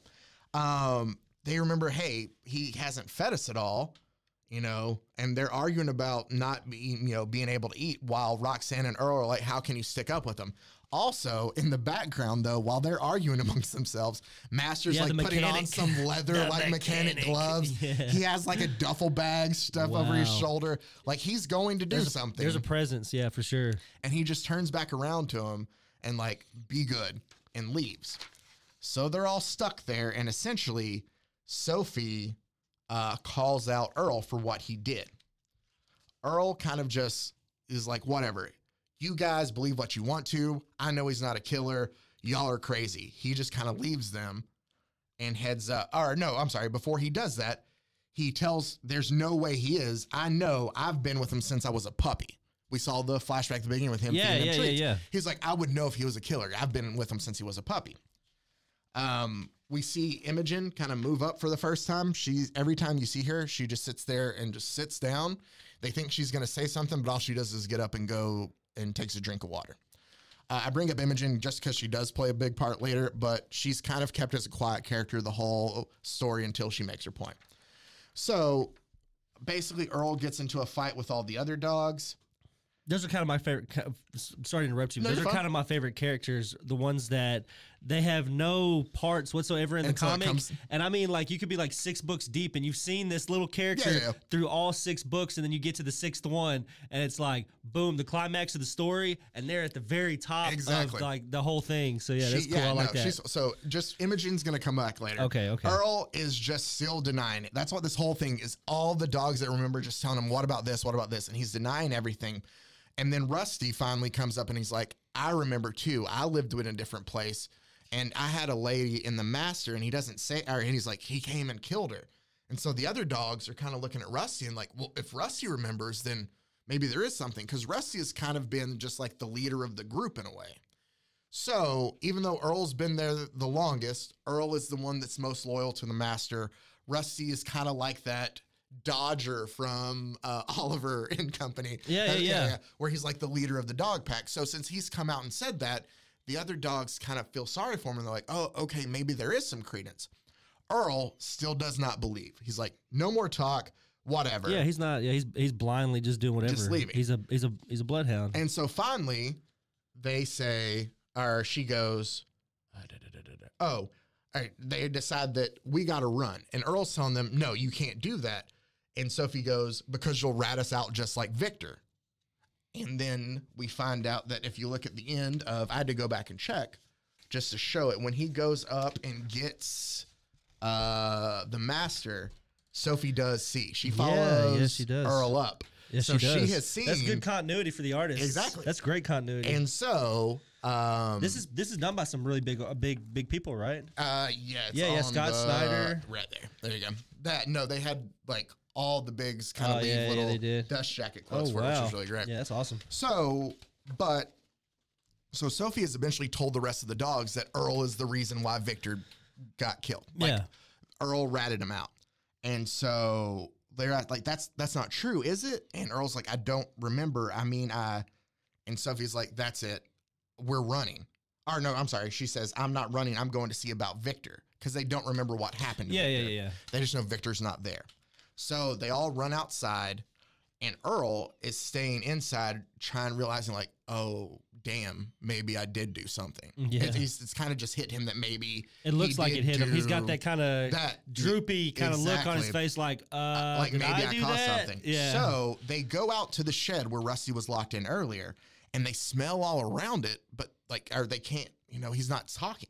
B: Um, they remember, hey, he hasn't fed us at all, you know, and they're arguing about not being, you know, being able to eat while Roxanne and Earl are like, how can you stick up with them? Also, in the background, though, while they're arguing *laughs* amongst themselves, Master's
D: Yeah,
B: like
D: the
B: putting on
D: mechanic.
B: some leather,
D: *laughs* The
B: like mechanic,
D: mechanic.
B: gloves.
D: *laughs* Yeah.
B: He has like a duffel bag stuff over his
D: Wow.
B: shoulder. Like he's going to do
D: there's a-
B: something.
D: there's a presence, yeah, for sure.
B: and he just turns back around to him and like be good and leaves so they're all stuck there and essentially sophie uh, calls out earl for what he did earl kind of just is like whatever you guys believe what you want to i know he's not a killer y'all are crazy he just kind of leaves them and heads up or no i'm sorry before he does that he tells there's no way he is i know i've been with him since i was a puppy we saw the flashback at the beginning with him
D: Yeah,
B: feeding him
D: yeah, yeah,
B: treats.
D: yeah.
B: he's like i would know if he was a killer i've been with him since he was a puppy um, we see Imogen kind of move up for the first time. She's every time you see her, she just sits there and just sits down. They think she's going to say something, but all she does is get up and go and takes a drink of water. Uh, I bring up Imogen just because she does play a big part later, but she's kind of kept as a quiet character the whole story until she makes her point. So basically, Earl gets into a fight with all the other dogs.
D: Those are kind of my favorite. ki- s- Sorry to interrupt you.
B: No,
D: But those are
B: you're fine.
D: kind of my favorite characters. The ones that they have no parts whatsoever in the
B: Until it
D: comic.
B: comes-
D: And I mean, like you could be like six books deep, and you've seen this little character
B: Yeah, yeah.
D: through all six books, and then you get to the sixth one, and it's like boom, the climax of the story, and they're at the very top
B: Exactly.
D: of like the whole thing. So yeah,
B: She-
D: that's cool. I like
B: no,
D: that.
B: she's- so just Imogen's gonna come back later.
D: Okay, okay.
B: Earl is just still denying it. That's what this whole thing is. All the dogs that remember just telling him, "What about this? What about this?" And he's denying everything. And then Rusty finally comes up and he's like, "I remember too. I lived in a different place, and I had a lady in the master, and he doesn't say, or and he's like, he came and killed her." And so the other dogs are kind of looking at Rusty and like, well, if Rusty remembers, then maybe there is something because Rusty has kind of been just like the leader of the group in a way. So even though Earl's been there the longest, Earl is the one that's most loyal to the master. Rusty is kind of like that Dodger from uh, *laughs* Oliver and Company.
D: Yeah, yeah,
B: Uh,
D: yeah.
B: Where he's like the leader of the dog pack. So since he's come out and said that, the other dogs kind of feel sorry for him and they're like, oh, okay, maybe there is some credence. Earl still does not believe. He's like, no more talk, whatever.
D: yeah, he's not. Yeah, he's he's blindly just doing whatever.
B: leaving.
D: He's a he's a he's a bloodhound.
B: And so finally, they say, or she goes, uh, da, da, da, da, da. oh, all right, they decide that we got to run. And Earl's telling them, no, you can't do that. And Sophie goes, because you'll rat us out just like Victor. And then we find out that if you look at the end of, I had to go back and check just to show it. When he goes up and gets uh, the master, Sophie does see. She
D: yeah,
B: follows
D: she does.
B: Earl up.
D: Yes,
B: so
D: she does.
B: has seen.
D: That's good continuity for the artist.
B: Exactly.
D: That's great continuity.
B: And so, um,
D: This is this is done by some really big, uh, big, big people, right?
B: uh, yeah, it's
D: Yeah, yeah,
B: on
D: Scott
B: the-
D: Snyder.
B: right there. There you go. That no, they had like all the bigs kind
D: Oh,
B: of leave
D: yeah, yeah,
B: little
D: they did. Oh,
B: dust jacket clothes for, it, which is really great.
D: Yeah, that's awesome.
B: So, but so Sophie has eventually told the rest of the dogs that Earl is the reason why Victor got killed. Like,
D: yeah,
B: Earl ratted him out. And so they're at, like, that's that's not true, is it? And Earl's like, I don't remember. I mean, I and Sophie's like, that's it. We're running. Or no, I'm sorry. She says, I'm not running. I'm going to see about Victor because they don't remember what happened. To
D: yeah, yeah,
B: Victor.
D: yeah, yeah.
B: They just know Victor's not there. So they all run outside, and Earl is staying inside, trying realizing like, oh damn, maybe I did do something.
D: Yeah.
B: It, he's, it's kind of just hit him that maybe
D: It looks like it
B: did
D: hit him. He's got
B: do
D: that kind of
B: that-
D: droopy kind of look on his
B: exactly.
D: face, like, uh,
B: like
D: did
B: maybe
D: I,
B: I,
D: do
B: caused
D: that?
B: something.
D: Yeah.
B: So they go out to the shed where Rusty was locked in earlier, and they smell all around it, but like, or they can't. You know, he's not talking.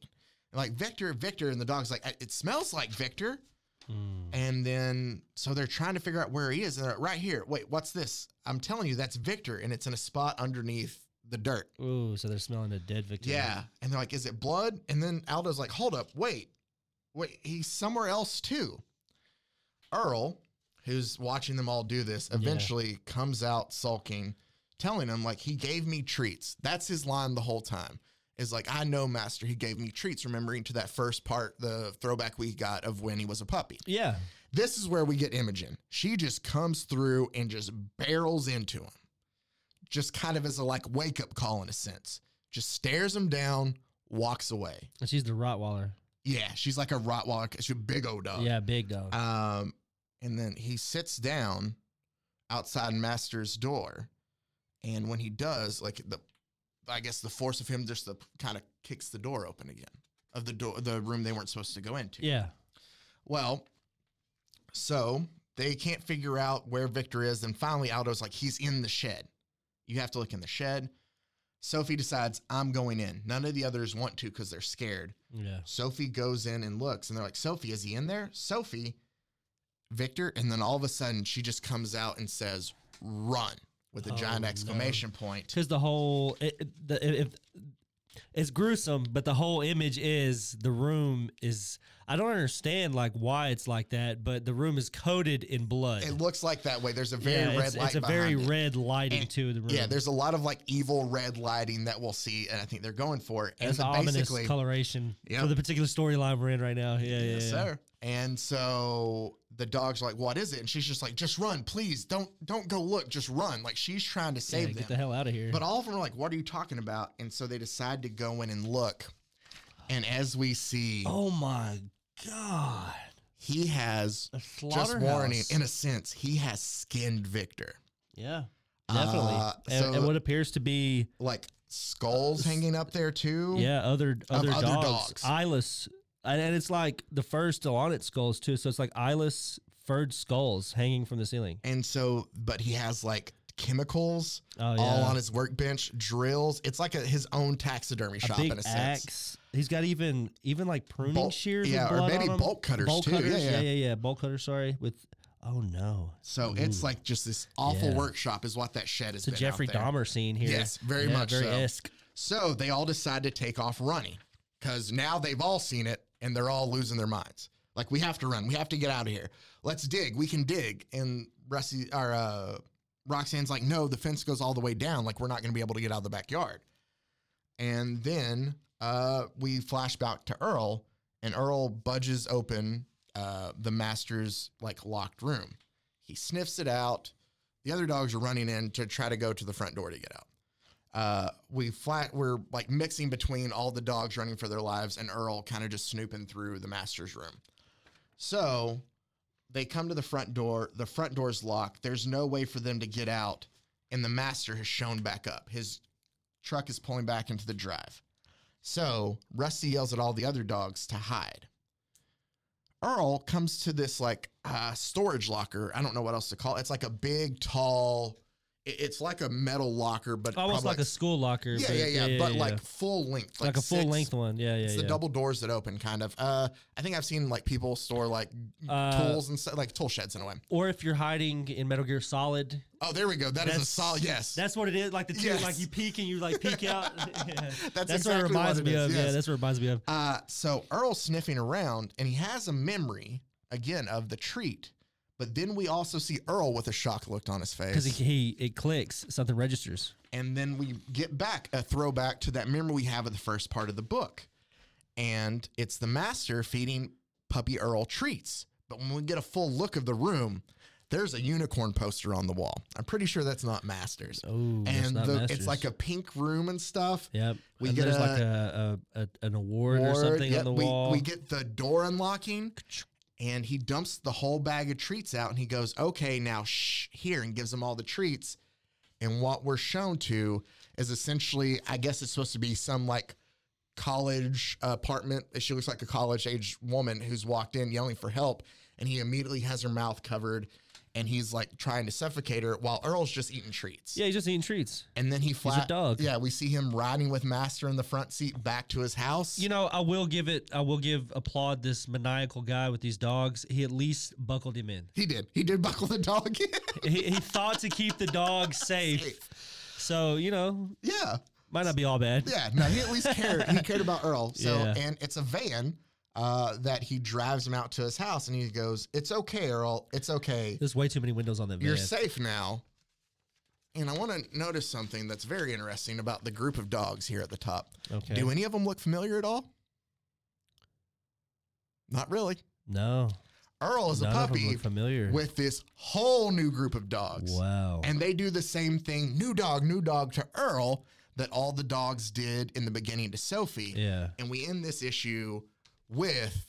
B: And like Victor, Victor, and the dog's like, "I- it smells like Victor.
D: Hmm.
B: And then so they're trying to figure out where he is, and they're like, right here. Wait, what's this? I'm telling you, that's Victor, and it's in a spot underneath the dirt.
D: Ooh, so they're smelling a dead victim.
B: Yeah. And they're like, is it blood? And then Aldo's like, hold up, wait. Wait, he's somewhere else too. Earl, who's watching them all do this, eventually comes out sulking, telling him, like, he gave me treats. That's his line the whole time. Is like, I know, Master, he gave me treats, remembering to that first part, the throwback we got of when he was a puppy.
D: Yeah.
B: This is where we get Imogen. She just comes through and just barrels into him, just kind of as a like wake up call in a sense. Just stares him down, walks away.
D: And she's the Rottweiler.
B: Yeah, she's like a Rottweiler. She's a big old dog.
D: yeah, big dog.
B: Um, and then he sits down outside Master's door, and when he does, like the, I guess the force of him just the kind of kicks the door open again of the door, the room they weren't supposed to go into.
D: yeah.
B: Well, so they can't figure out where Victor is. Then finally, Aldo's like, he's in the shed. You have to look in the shed. Sophie decides, I'm going in. None of the others want to because they're scared.
D: Yeah.
B: Sophie goes in and looks, and they're like, Sophie, is he in there? Sophie, Victor. And then all of a sudden, she just comes out and says, run with a
D: Oh,
B: giant
D: no.
B: exclamation point.
D: Because the whole it, it- the, if, it's gruesome, but the whole image is the room is. I don't understand like why it's like that, but the room is coated in blood.
B: It looks like that way. There's a very
D: Yeah,
B: red
D: it's,
B: light.
D: It's a very
B: behind it.
D: red lighting
B: And-
D: to the room.
B: Yeah, there's a lot of like evil red lighting that we'll see, and I think they're going for it.
D: it's
B: then
D: ominous coloration
B: Yep.
D: for the particular storyline we're in right now. Yeah, yeah,
B: Yes,
D: yeah.
B: sir. And so the dog's like, "What is it?" And she's just like, "Just run, please. Don't don't go look. Just run." Like she's trying to
D: Yeah,
B: save
D: get
B: them.
D: the hell out of here.
B: But all of them are like, "What are you talking about?" And so they decide to go in and look. And as we see,
D: oh my god!
B: he has
D: A
B: just warning.
D: slaughterhouse.
B: In a sense, he has skinned Victor,
D: Yeah, definitely.
B: Uh,
D: and,
B: so-
D: and what appears to be
B: like skulls hanging up there too.
D: Uh, yeah other other,
B: other
D: dogs,
B: dogs. eyeless.
D: eyeless, and, and it's like the fur's still on its skulls too. So it's like eyeless furred skulls hanging from the ceiling.
B: And so, but he has like chemicals
D: Oh yeah,
B: all on his workbench, drills. It's like a, his own taxidermy
D: a
B: shop
D: big
B: in a sense.
D: axe. He's got even even like pruning
B: Bolt-
D: shears,
B: yeah,
D: with
B: or
D: blood
B: maybe
D: on 'em.
B: bolt cutters,
D: bolt
B: too. Yeah,
D: Cutters,
B: yeah.
D: yeah, yeah, yeah, bolt cutters. Sorry, with oh no,
B: So it's
D: Ooh.
B: like just this awful
D: Yeah.
B: workshop is what that shed is.
D: it's a Jeffrey Dahmer scene here.
B: Yes, very
D: Yeah,
B: much
D: very
B: so.
D: esque.
B: So they all decide to take off running because now they've all seen it and they're all losing their minds. Like we have to run, we have to get out of here. Let's dig, we can dig. And Rusty or uh, Roxanne's like, no, the fence goes all the way down. Like we're not going to be able to get out of the backyard. And then uh, we flash back to Earl, and Earl budges open uh, the master's like locked room. He sniffs it out. The other dogs are running in to try to go to the front door to get out. Uh, we flat we're like mixing between all the dogs running for their lives and Earl kind of just snooping through the master's room. So they come to the front door. The front door's locked. There's no way for them to get out, and the master has shown back up. His truck is pulling back into the drive. So Rusty yells at all the other dogs to hide. Earl comes to this like uh, storage locker. I don't know what else to call it. It's like a big, tall. it- It's like a metal locker, but
D: Almost
B: probably
D: Oh, like a school locker.
B: yeah,
D: but-
B: yeah, yeah, But
D: yeah,
B: like
D: yeah.
B: full length,
D: like, a full
B: six-
D: length one. Yeah, yeah,
B: It's the
D: yeah.
B: double doors that open, kind of. Uh, I think I've seen like people store like
D: Uh,
B: tools and stuff, like tool sheds in a way.
D: Or if you're hiding in Metal Gear Solid,
B: Oh, there we go. That is a
D: That's-
B: solid yes.
D: that's what it is. Like the two,
B: Yes.
D: like you peek and you like
B: *laughs*
D: peek out. Yeah. *laughs*
B: That's
D: what
B: exactly
D: it reminds
B: what it
D: me
B: is,
D: of. Yeah,
B: yes.
D: that's what it reminds me of.
B: Uh, so Earl's sniffing around and he has a memory again of the treat, but then we also see Earl with a shock looked on his face.
D: Because he, he it clicks, something registers.
B: and then we get back a throwback to that memory we have of the first part of the book. And it's the master feeding puppy Earl treats. But when we get a full look of the room, there's a unicorn poster on the wall. I'm pretty sure that's not Masters.
D: Oh, that's
B: and
D: not
B: the, it's
D: Masters.
B: like a pink room and stuff.
D: Yep.
B: we
D: and
B: get
D: there's
B: a-
D: like a, a, a an award, or
B: Board.
D: something
B: Yep,
D: on the
B: we,
D: wall.
B: We get the door unlocking, and he dumps the whole bag of treats out, and he goes, "Okay, now shh, here," and gives them all the treats. And what we're shown to is essentially, I guess it's supposed to be some like college apartment. She looks like a college age woman who's walked in yelling for help, and he immediately has her mouth covered, and he's like trying to suffocate her while Earl's just eating treats.
D: yeah, he's just eating treats.
B: And then he flat
D: dog.
B: Yeah, we see him riding with Master in the front seat back to his house.
D: You know, I will give it. I will give applaud this maniacal guy with these dogs. He at least buckled him in.
B: He did. He did buckle the dog *laughs* in.
D: he, he thought to keep
B: *laughs*
D: the dog safe. So you know,
B: yeah.
D: might not be all bad.
B: Yeah. No, he at least cared. He cared about Earl. So,
D: Yeah.
B: and it's a van uh, that he drives him out to his house and he goes, It's okay, Earl. It's okay.
D: There's way too many windows on that van.
B: You're safe now. And I want to notice something that's very interesting about the group of dogs here at the top.
D: okay.
B: Do any of them look familiar at all? Not really.
D: no.
B: Earl is a
D: none of them
B: puppy
D: look familiar.
B: with this whole new group of dogs.
D: wow.
B: And they do the same thing, new dog, new dog to Earl. The that all the dogs did in the beginning to Sophie.
D: Yeah.
B: And we end this issue with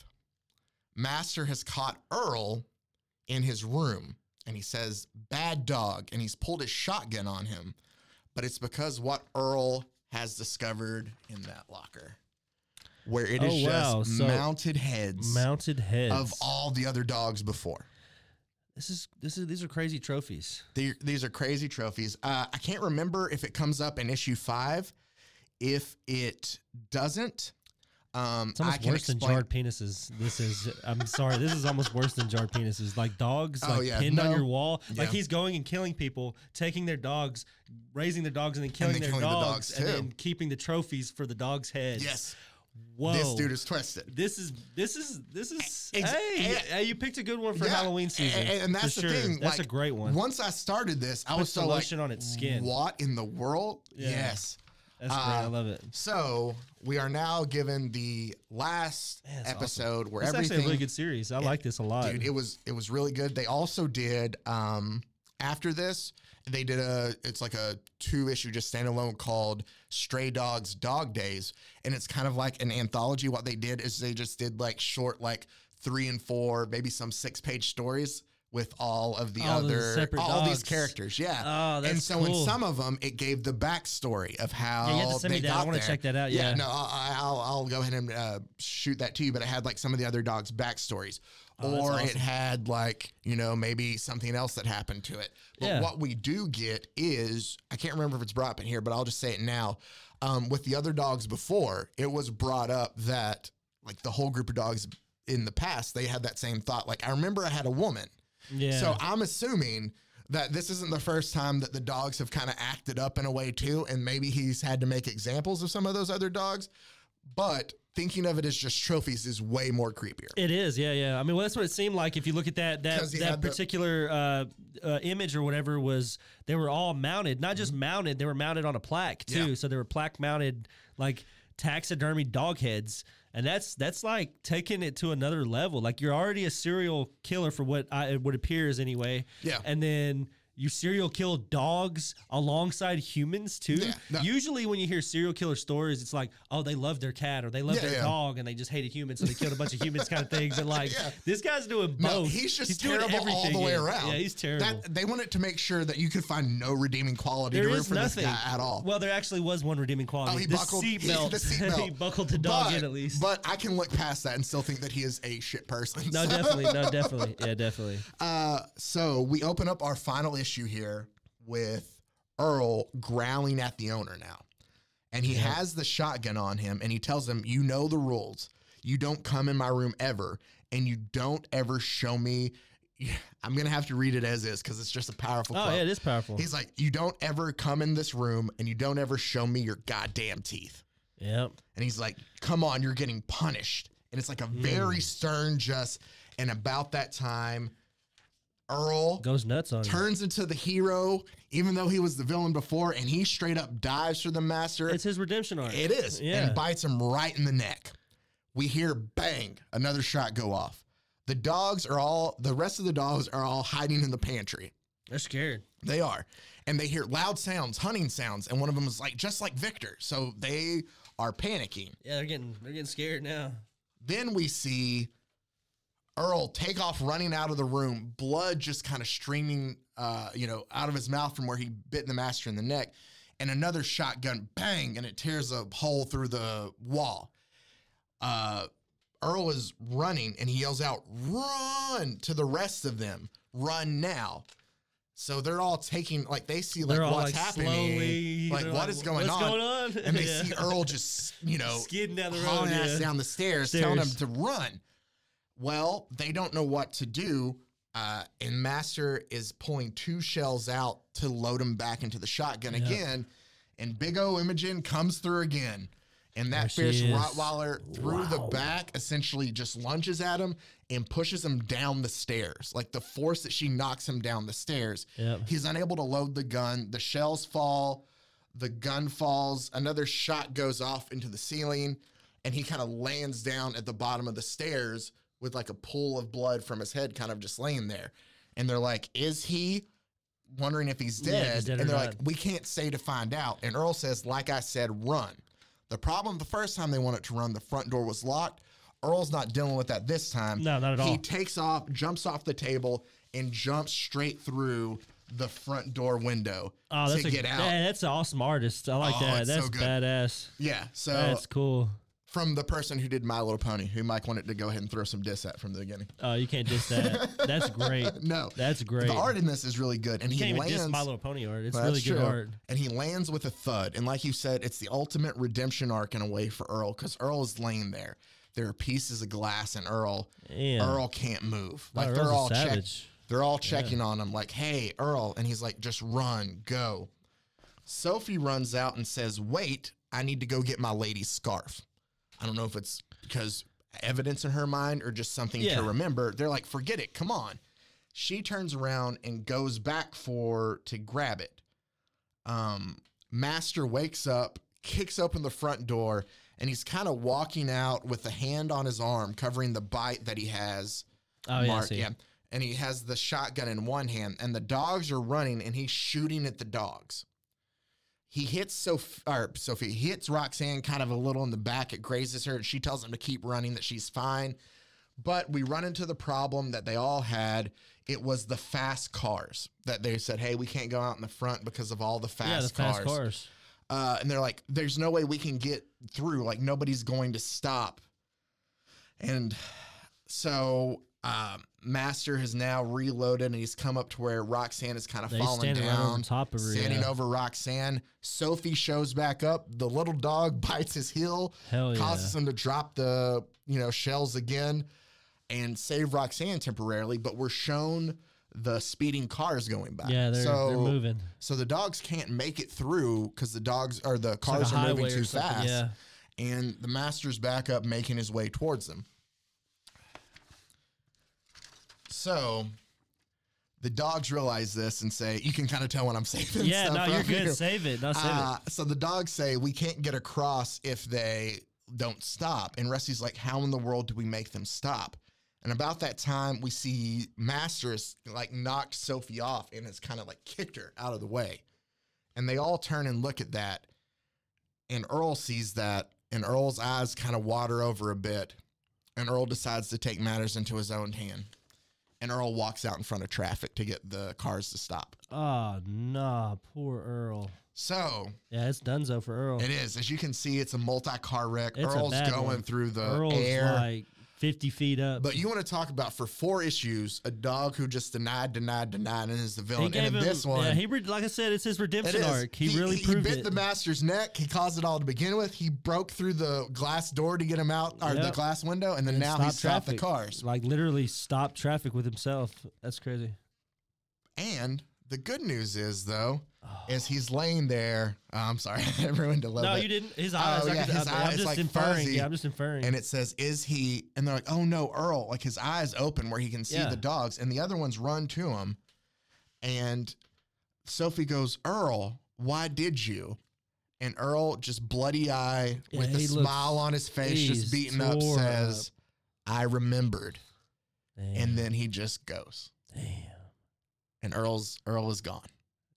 B: Master has caught Earl in his room and he says, bad dog. And he's pulled his shotgun on him. But it's because what Earl has discovered in that locker, where it is
D: Oh, wow.
B: just
D: So-
B: mounted heads
D: Mounted heads.
B: of all the other dogs before.
D: this is this is these are crazy trophies.
B: The- These are crazy trophies. Uh, I can't remember if it comes up in issue five. If it doesn't, um,
D: It's almost
B: I can
D: worse than
B: explain.
D: jarred penises. This is I'm sorry, this is almost worse than jarred penises. Like dogs
B: Oh,
D: like
B: yeah.
D: pinned on
B: No.
D: your wall. Like
B: Yeah.
D: he's going and killing people, taking their dogs, raising their dogs and then killing
B: then
D: their
B: killing the
D: dogs,
B: dogs,
D: and
B: too.
D: then keeping the trophies for the dog's heads.
B: yes,
D: Whoa.
B: this dude is twisted.
D: this is this is this is
B: Ex-
D: hey,
B: eh,
D: hey, you picked a good one for
B: Yeah,
D: Halloween season.
B: a- a- and, that's
D: for
B: the
D: sure.
B: thing.
D: That's
B: like,
D: a great one.
B: Once I started this, I was
D: Puts the
B: so like,
D: lotion on its skin.
B: "What in the world?"
D: Yeah.
B: Yes.
D: That's great. I
B: uh,
D: love it.
B: So we are now given the last
D: Man, that's
B: episode where
D: It's actually
B: everything
D: a really good series. I like this a lot.
B: dude it was it was really good they also did um after this they did a it's like a two issue just standalone called stray dogs dog days and it's kind of like an anthology what they did is they just did like short like three and four maybe some six page stories with all of the
D: All the
B: other
D: separate
B: all these
D: dogs.
B: characters yeah
D: Oh, that's
B: and so in
D: cool.
B: some of them it gave the backstory of how
D: Yeah, you had to send
B: they
D: me that. I
B: got
D: wanna
B: there.
D: check that out, yeah.
B: no I, I'll I'll go ahead and uh, shoot that to you. But it had like some of the other dogs' backstories,
D: Oh, that's
B: or it
D: awesome.
B: had like you know maybe something else that happened to it. But
D: Yeah.
B: what we do get is I can't remember if it's brought up in here, but I'll just say it now. Um, with the other dogs before, it was brought up that like the whole group of dogs in the past they had that same thought. Like I remember I had a woman,
D: yeah.
B: so I'm assuming. That this isn't the first time that the dogs have kind of acted up in a way too, and maybe he's had to make examples of some of those other dogs but thinking of it as just trophies is way more creepier.
D: It is, yeah, yeah. I mean, well, that's what it seemed like. If you look at that, that
B: 'Cause he
D: that
B: had the-
D: particular uh, uh, image or whatever was, they were all mounted. Not just mounted, they were mounted on a plaque too.
B: Mm-hmm. Yeah.
D: So they were plaque mounted, like taxidermy dog heads, and that's that's like taking it to another level. Like you're already a serial killer for what I it would appears anyway.
B: Yeah.
D: and then. You serial kill dogs alongside humans too.
B: Yeah, no.
D: Usually, when you hear serial killer stories, it's like, oh, they love their cat or they love
B: Yeah,
D: their
B: yeah.
D: dog and they just hated humans, so they killed a bunch of humans,
B: *laughs*
D: kind of things. And like,
B: Yeah.
D: this guy's doing both.
B: No, he's just terrible all the
D: everything.
B: way
D: Yeah.
B: around.
D: Yeah, he's terrible.
B: That, they wanted to make sure that you could find no redeeming quality
D: there
B: to root
D: is
B: for
D: nothing
B: this guy at all.
D: Well, there actually was one redeeming quality.
B: Oh, he
D: the
B: buckled
D: seat
B: *laughs*
D: belt.
B: the seatbelt.
D: *laughs* he buckled the dog
B: but,
D: in at least.
B: But I can look past that and still think that he is a shit person. *laughs*
D: no,
B: So-
D: definitely, no, definitely,
B: *laughs*
D: yeah, definitely.
B: Uh, so we open up our final issue here with Earl growling at the owner now. And he has the shotgun on him and he tells him, You know the rules. You don't come in my room ever. And you don't ever show me. *laughs* I'm going to have to read it as is because it's just a powerful
D: Oh
B: quote.
D: yeah, it is powerful.
B: He's like, You don't ever come in this room and you don't ever show me your goddamn teeth.
D: Yep.
B: And he's like, come on, you're getting punished. And it's like a
D: Hmm.
B: very stern just. And about that time, Earl
D: goes nuts on him.
B: turns into the hero, even though he was the villain before, and he straight up dives for the master.
D: It's his redemption arc.
B: It is.
D: Yeah.
B: And bites him right in the neck. We hear bang, another shot go off. The dogs are all, the rest of the dogs are all hiding in the pantry.
D: They're scared.
B: They are. And they hear loud sounds, hunting sounds. And one of them is like, just like Victor. So they are panicking.
D: Yeah, they're getting they're getting scared now.
B: Then we see Earl take off running out of the room, blood just kind of streaming, uh, you know, out of his mouth from where he bit the master in the neck, and another shotgun bang, and it tears a hole through the wall. Uh, Earl is running, and he yells out, "Run!" to the rest of them. Run now! So they're all taking like they see like
D: They're all
B: what's
D: like
B: happening,
D: slowly.
B: like
D: they're
B: what is going
D: what's
B: on?
D: going on?
B: and they
D: *laughs* Yeah.
B: see Earl just you know
D: Skidding down the road,
B: hauling ass
D: yeah.
B: down the stairs, telling him
D: Stairs.
B: to run. Well, they don't know what to do, uh, and Master is pulling two shells out to load him back into the shotgun again, and Big O Imogen comes through again. And that
D: There
B: fierce
D: she is.
B: Rottweiler through the back essentially just lunges at him and pushes him down the stairs. Like the force that she knocks him down the stairs.
D: Yep.
B: He's unable to load the gun. The shells fall. The gun falls. Another shot goes off into the ceiling, and he kind of lands down at the bottom of the stairs with like a pool of blood from his head, kind of just laying there. And they're like, "Is he wondering if he's
D: Yeah, if
B: dead,
D: he's dead
B: and
D: or
B: they're
D: not.
B: like, "We can't say to find out." And Earl says, "Like I said, run." The problem the first time they wanted to run, the front door was locked. Earl's not dealing with that this time.
D: No, not at
B: He
D: all.
B: takes off, jumps off the table, and jumps straight through the front door window
D: Oh, that's
B: to
D: a,
B: get out.
D: Yeah, that's an awesome artist. I like
B: Oh,
D: that.
B: it's
D: That's
B: so good.
D: badass.
B: Yeah. So
D: That's cool.
B: from the person who did My Little Pony, who Mike wanted to go ahead and throw some diss at from the beginning.
D: Oh, you can't diss that. That's great.
B: *laughs* No,
D: That's great.
B: The art in this is really good, and
D: you
B: he
D: can't even
B: lands.
D: diss My Little Pony art. It's
B: Well,
D: really
B: that's
D: good
B: true.
D: art.
B: And he lands with a thud. And like you said, it's the ultimate redemption arc in a way for Earl because Earl is laying there. There are pieces of glass in Earl.
D: Yeah.
B: Earl can't move. Like
D: Earl's
B: they're
D: a
B: all check,
D: savage.
B: they're all checking on him. Like, hey, Earl, and he's like, just run, go. Sophie runs out and says, "Wait, I need to go get my lady's scarf." I don't know if it's because evidence in her mind or just something
D: Yeah.
B: to remember. They're like, "Forget it, come on." She turns around and goes back for to grab it. Um, Master wakes up, kicks open the front door, and he's kind of walking out with a hand on his arm covering the bite that he has.
D: Oh, yeah, I
B: marked.
D: see.
B: And he has the shotgun in one hand, and the dogs are running, and he's shooting at the dogs. He hits Sophie, or Sophie he hits Roxanne kind of a little in the back. It grazes her, and she tells him to keep running, that she's fine. But we run into the problem that they all had. It was the fast cars that they said, "Hey, we can't go out in the front because of all the fast
D: yeah, the
B: cars."
D: fast cars.
B: Uh, and they're like, "There's no way we can get through. Like nobody's going to stop." And so um, Master has now reloaded, and he's come up to where Roxanne is kind of
D: They
B: falling
D: standing right over
B: down,
D: top of her,
B: standing
D: yeah.
B: over Roxanne. Sophie shows back up. The little dog *laughs* bites his heel,
D: Hell Oh, yeah.
B: causes him to drop the you know shells again, and save Roxanne temporarily. But we're shown the speeding cars going by.
D: Yeah, they're,
B: so
D: they're moving.
B: so the dogs can't make it through because the dogs or the
D: It's like a
B: cars are moving
D: highway or
B: too
D: something,
B: fast. *laughs*
D: Yeah.
B: And the master's back up making his way towards them. So the dogs realize this and say, You can kind of tell when I'm *laughs* saving
D: Yeah,
B: stuff
D: no, you're
B: up
D: good.
B: here."
D: Save it. No, save
B: Uh, so the dogs say, We can't get across if they don't stop. And Rusty's like, How in the world do we make them stop? And about that time, we see Master is like knocked Sophie off and has kind of like kicked her out of the way. And they all turn and look at that. And Earl sees that. And Earl's eyes kind of water over a bit. And Earl decides to take matters into his own hand. And Earl walks out in front of traffic to get the cars to stop.
D: it. Oh, nah. Poor Earl.
B: So
D: Yeah, it's Dunzo for Earl.
B: It is. As you can see, it's a multi car wreck.
D: It's a
B: Earl's
D: bad
B: going
D: one.
B: through the
D: Earl's
B: air.
D: like 50 feet up.
B: but you want to talk about for four issues a dog who just denied, denied, denied, and is the
D: he
B: villain.
D: gave
B: And in
D: him,
B: this one,
D: Yeah, he re- like I said, it's his
B: it
D: redemption
B: is.
D: arc. He, really
B: he
D: proved
B: bit
D: it.
B: the master's neck. He caused it all to begin with. He broke through the glass door to get him out, or the
D: Yep.
B: glass window, and then now he
D: Stop
B: stopped the
D: traffic.
B: cars.
D: Like literally stopped traffic with himself. That's crazy.
B: And the good news is though, is he's laying there. oh, I'm sorry, *laughs* I ruined a little.
D: No,
B: bit.
D: you didn't. His
B: Oh,
D: eyes. I
B: yeah,
D: could-
B: his
D: I- I'm
B: eyes,
D: just
B: like,
D: inferring.
B: fuzzy.
D: Yeah, I'm just inferring.
B: and it says, "Is he?" And they're like, "Oh no, Earl!" Like his eyes open where he can see
D: Yeah.
B: the dogs, and the other ones run to him. And Sophie goes, "Earl, why did you?" And Earl, just bloody eye
D: Yeah,
B: with a
D: he looks-
B: smile on his face,
D: he's
B: just beaten up,
D: tore
B: says, "I remembered."
D: Damn,
B: And then he just goes,
D: damn,
B: and Earl's Earl is gone.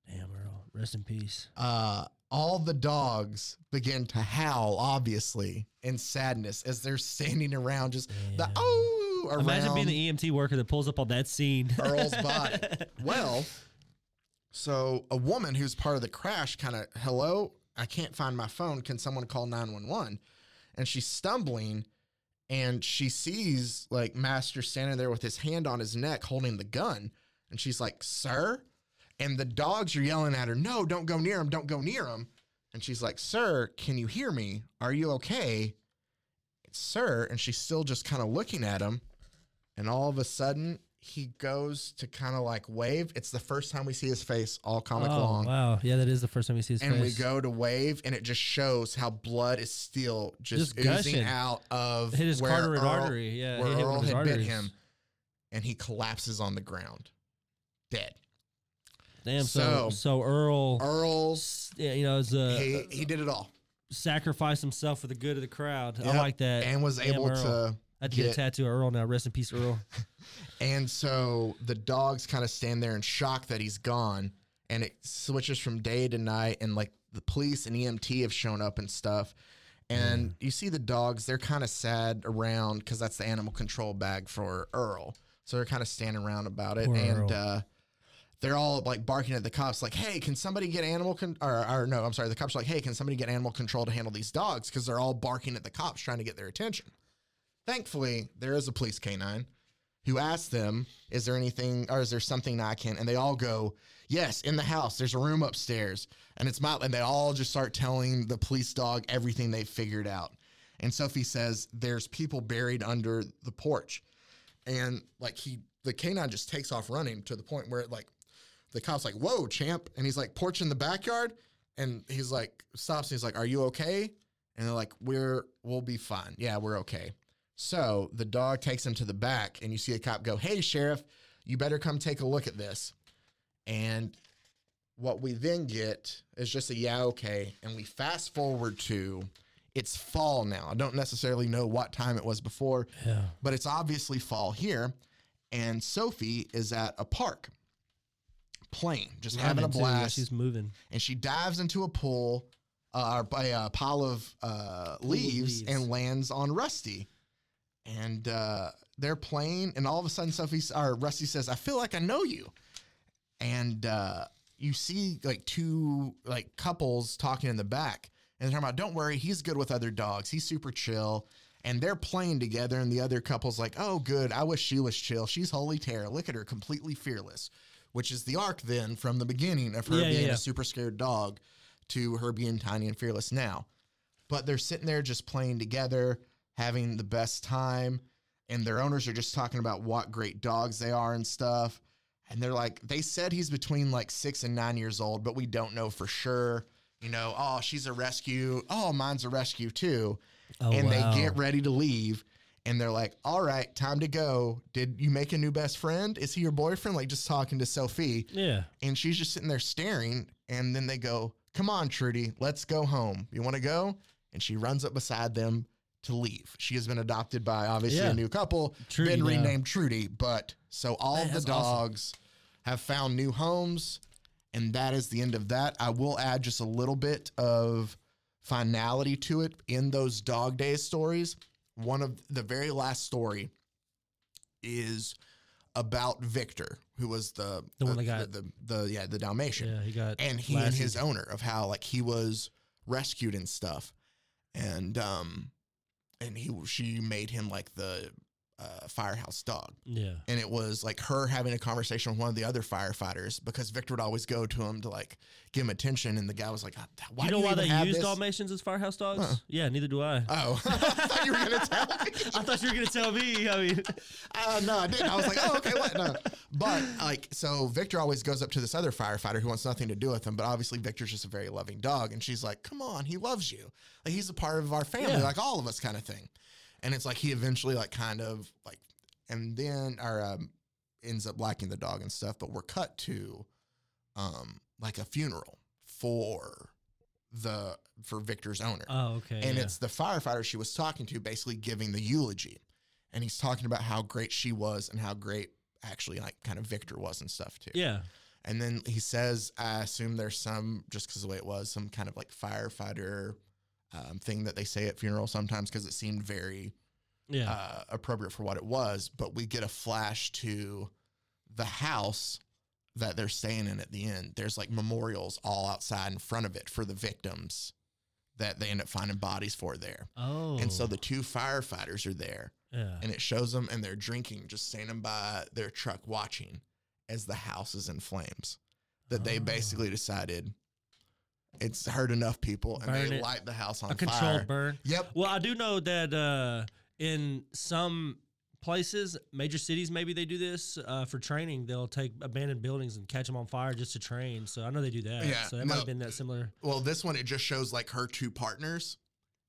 D: damn, Earl. Rest in peace.
B: uh, all the dogs begin to howl, obviously, in sadness as they're standing around, just the
D: Yeah.
B: oh around
D: Imagine being the EMT worker that pulls up on that scene. *laughs*
B: Earl's body. Well, so a woman who's part of the crash kind of, hello, I can't find my phone. Can someone call 911? And she's stumbling and she sees like Master standing there with his hand on his neck holding the gun. And she's like, sir? And the dogs are yelling at her, no, don't go near him, don't go near him. And she's like, sir, can you hear me? Are you okay? Sir. And she's still just kind of looking at him. And all of a sudden, he goes to kind of like wave. It's the first time we see his face all
D: oh,
B: comic long.
D: wow. Yeah, that is the first time we see his
B: And
D: face.
B: we go to wave, and it just shows how blood is still just,
D: Just
B: oozing
D: gushing.
B: out of
D: Hit his
B: where
D: carotid
B: Earl-
D: artery. Yeah,
B: where
D: hit hit one
B: Earl
D: of his
B: had bit
D: arteries.
B: him, and he collapses on the ground, dead.
D: Damn.
B: So-
D: So, so Earl.
B: Earl's
D: yeah, you know, is a
B: he, he did it all,
D: sacrificed himself for the good of the crowd.
B: Yep.
D: I like that.
B: and was
D: Damn,
B: able
D: uh, Earl.
B: to
D: I have to get a
B: get-
D: tattoo of Earl now. Rest
B: *laughs*
D: in peace, Earl.
B: And so the dogs kind of stand there in shock that he's gone. and it switches from day to night and like the police and EMT have shown up and stuff.
D: Mm.
B: And you see the dogs, they're kind of sad around because that's the animal control bag for Earl. So they're kind of standing around about it.
D: Poor
B: and
D: Earl.
B: uh, they're all like barking at the cops, like, hey, can somebody get animal con or, or no, I'm sorry, the cops are like, hey, can somebody get animal control to handle these dogs? Because they're all barking at the cops trying to get their attention. Thankfully, there is a police canine who asked them, "Is there anything, or is there something I can?" And they all go, "Yes, in the house. There's a room upstairs, and it's my." And they all just start telling the police dog everything they figured out. And Sophie says, "There's people buried under the porch," and like he, the canine just takes off running to the point where it like, the cop's like, "Whoa, champ!" And he's like, "Porch in the backyard," and he's like, stops. And he's like, "Are you okay?" And they're like, "We're we'll be fine. Yeah, we're okay." So the dog takes him to the back, and you see a cop go, Hey, sheriff, you better come take a look at this. And what we then get is just a yeah, okay. And we fast forward to it's fall now. I don't necessarily know what time it was before,
D: Yeah.
B: but it's obviously fall here. And Sophie is at a park playing, just having a
D: Robin, too. Yeah,
B: blast.
D: she's moving.
B: and she dives into a pool uh, by a pile of uh, leaves,
D: leaves.
B: and lands on Rusty. And uh, they're playing, and all of a sudden, Sophie s- or Rusty says, "I feel like I know you." And uh, you see like two like couples talking in the back, and they're talking about, "Don't worry, he's good with other dogs. He's super chill." And they're playing together, and the other couple's like, "Oh, good. I wish she was chill. She's holy terror. Look at her, completely fearless." Which is the arc then from the beginning of her
D: Yeah, yeah,
B: being
D: yeah.
B: a super scared dog to her being tiny and fearless now. But they're sitting there just playing together, having the best time, and their owners are just talking about what great dogs they are and stuff. And they're like, they said he's between like six and nine years old, but we don't know for sure. You know, oh, she's a rescue. Oh, mine's a rescue too.
D: Oh,
B: and
D: wow.
B: they get ready to leave. And they're like, all right, time to go. Did you make a new best friend? Is he your boyfriend? Like just talking to Sophie
D: Yeah.
B: and she's just sitting there staring. And then they go, "Come on, Trudy, let's go home. You want to go?" And she runs up beside them to leave. She has been adopted by obviously
D: Yeah.
B: a new couple,
D: Trudy
B: been
D: now.
B: renamed Trudy. But so all
D: Man,
B: of the
D: that's awesome.
B: dogs have found new homes, and that is the end of that. I will add just a little bit of finality to it in those dog days stories. One of the very last story is about Victor, who was the
D: The one
B: uh,
D: that got-
B: the, the yeah the Dalmatian,
D: Yeah, he got
B: and he and
D: Lassie.
B: his owner of how like he was rescued and stuff, and um, and he she made him like the uh, firehouse dog,
D: Yeah.
B: and it was like her having a conversation with one of the other firefighters because Victor would always go to him to like give him attention, and the guy was like, "Ah, "Why
D: you
B: do
D: know why
B: even
D: they
B: have
D: use
B: this?"
D: Dalmatians as firehouse dogs?
B: Huh.
D: Yeah, neither do I.
B: Oh, *laughs* I thought you were gonna tell me.
D: *laughs* I thought you were gonna tell me. I
B: *laughs*
D: mean,
B: Uh, no, I didn't. I was like, oh, okay, what? No. But, like, so Victor always goes up to this other firefighter who wants nothing to do with him. But obviously, Victor's just a very loving dog. And she's like, come on, he loves you. Like, he's a part of our family,
D: Yeah.
B: like all of us, kind of thing. And it's like he eventually, like, kind of, like, and then, or um, ends up liking the dog and stuff. But we're cut to, um, like, a funeral for the, for Victor's owner
D: oh okay.
B: and
D: yeah.
B: it's the firefighter she was talking to basically giving the eulogy and he's talking about how great she was and how great actually like kind of victor was and stuff too
D: yeah.
B: and then he says i assume there's some just because the way it was some kind of like firefighter um, thing that they say at funerals sometimes because it seemed very
D: Yeah.
B: uh, appropriate for what it was but we get a flash to the house that they're staying in at the end there's like memorials all outside in front of it for the victims that they end up finding bodies for there
D: oh.
B: Uh, and so the two firefighters are there,
D: yeah.
B: and it shows them, and they're drinking, just standing by their truck watching as the house is in flames. That they
D: Oh.
B: basically decided it's hurt enough people, and
D: Burn
B: they
D: it.
B: light the house on
D: a
B: fire.
D: controlled burn.
B: Yep.
D: Well, I do know that uh, in some places, major cities, maybe they do this uh, for training. They'll take abandoned buildings and catch them on fire just to train. So I know they do that.
B: Yeah,
D: So that might
B: no.
D: have been that similar.
B: Well, this one it just shows like her two partners,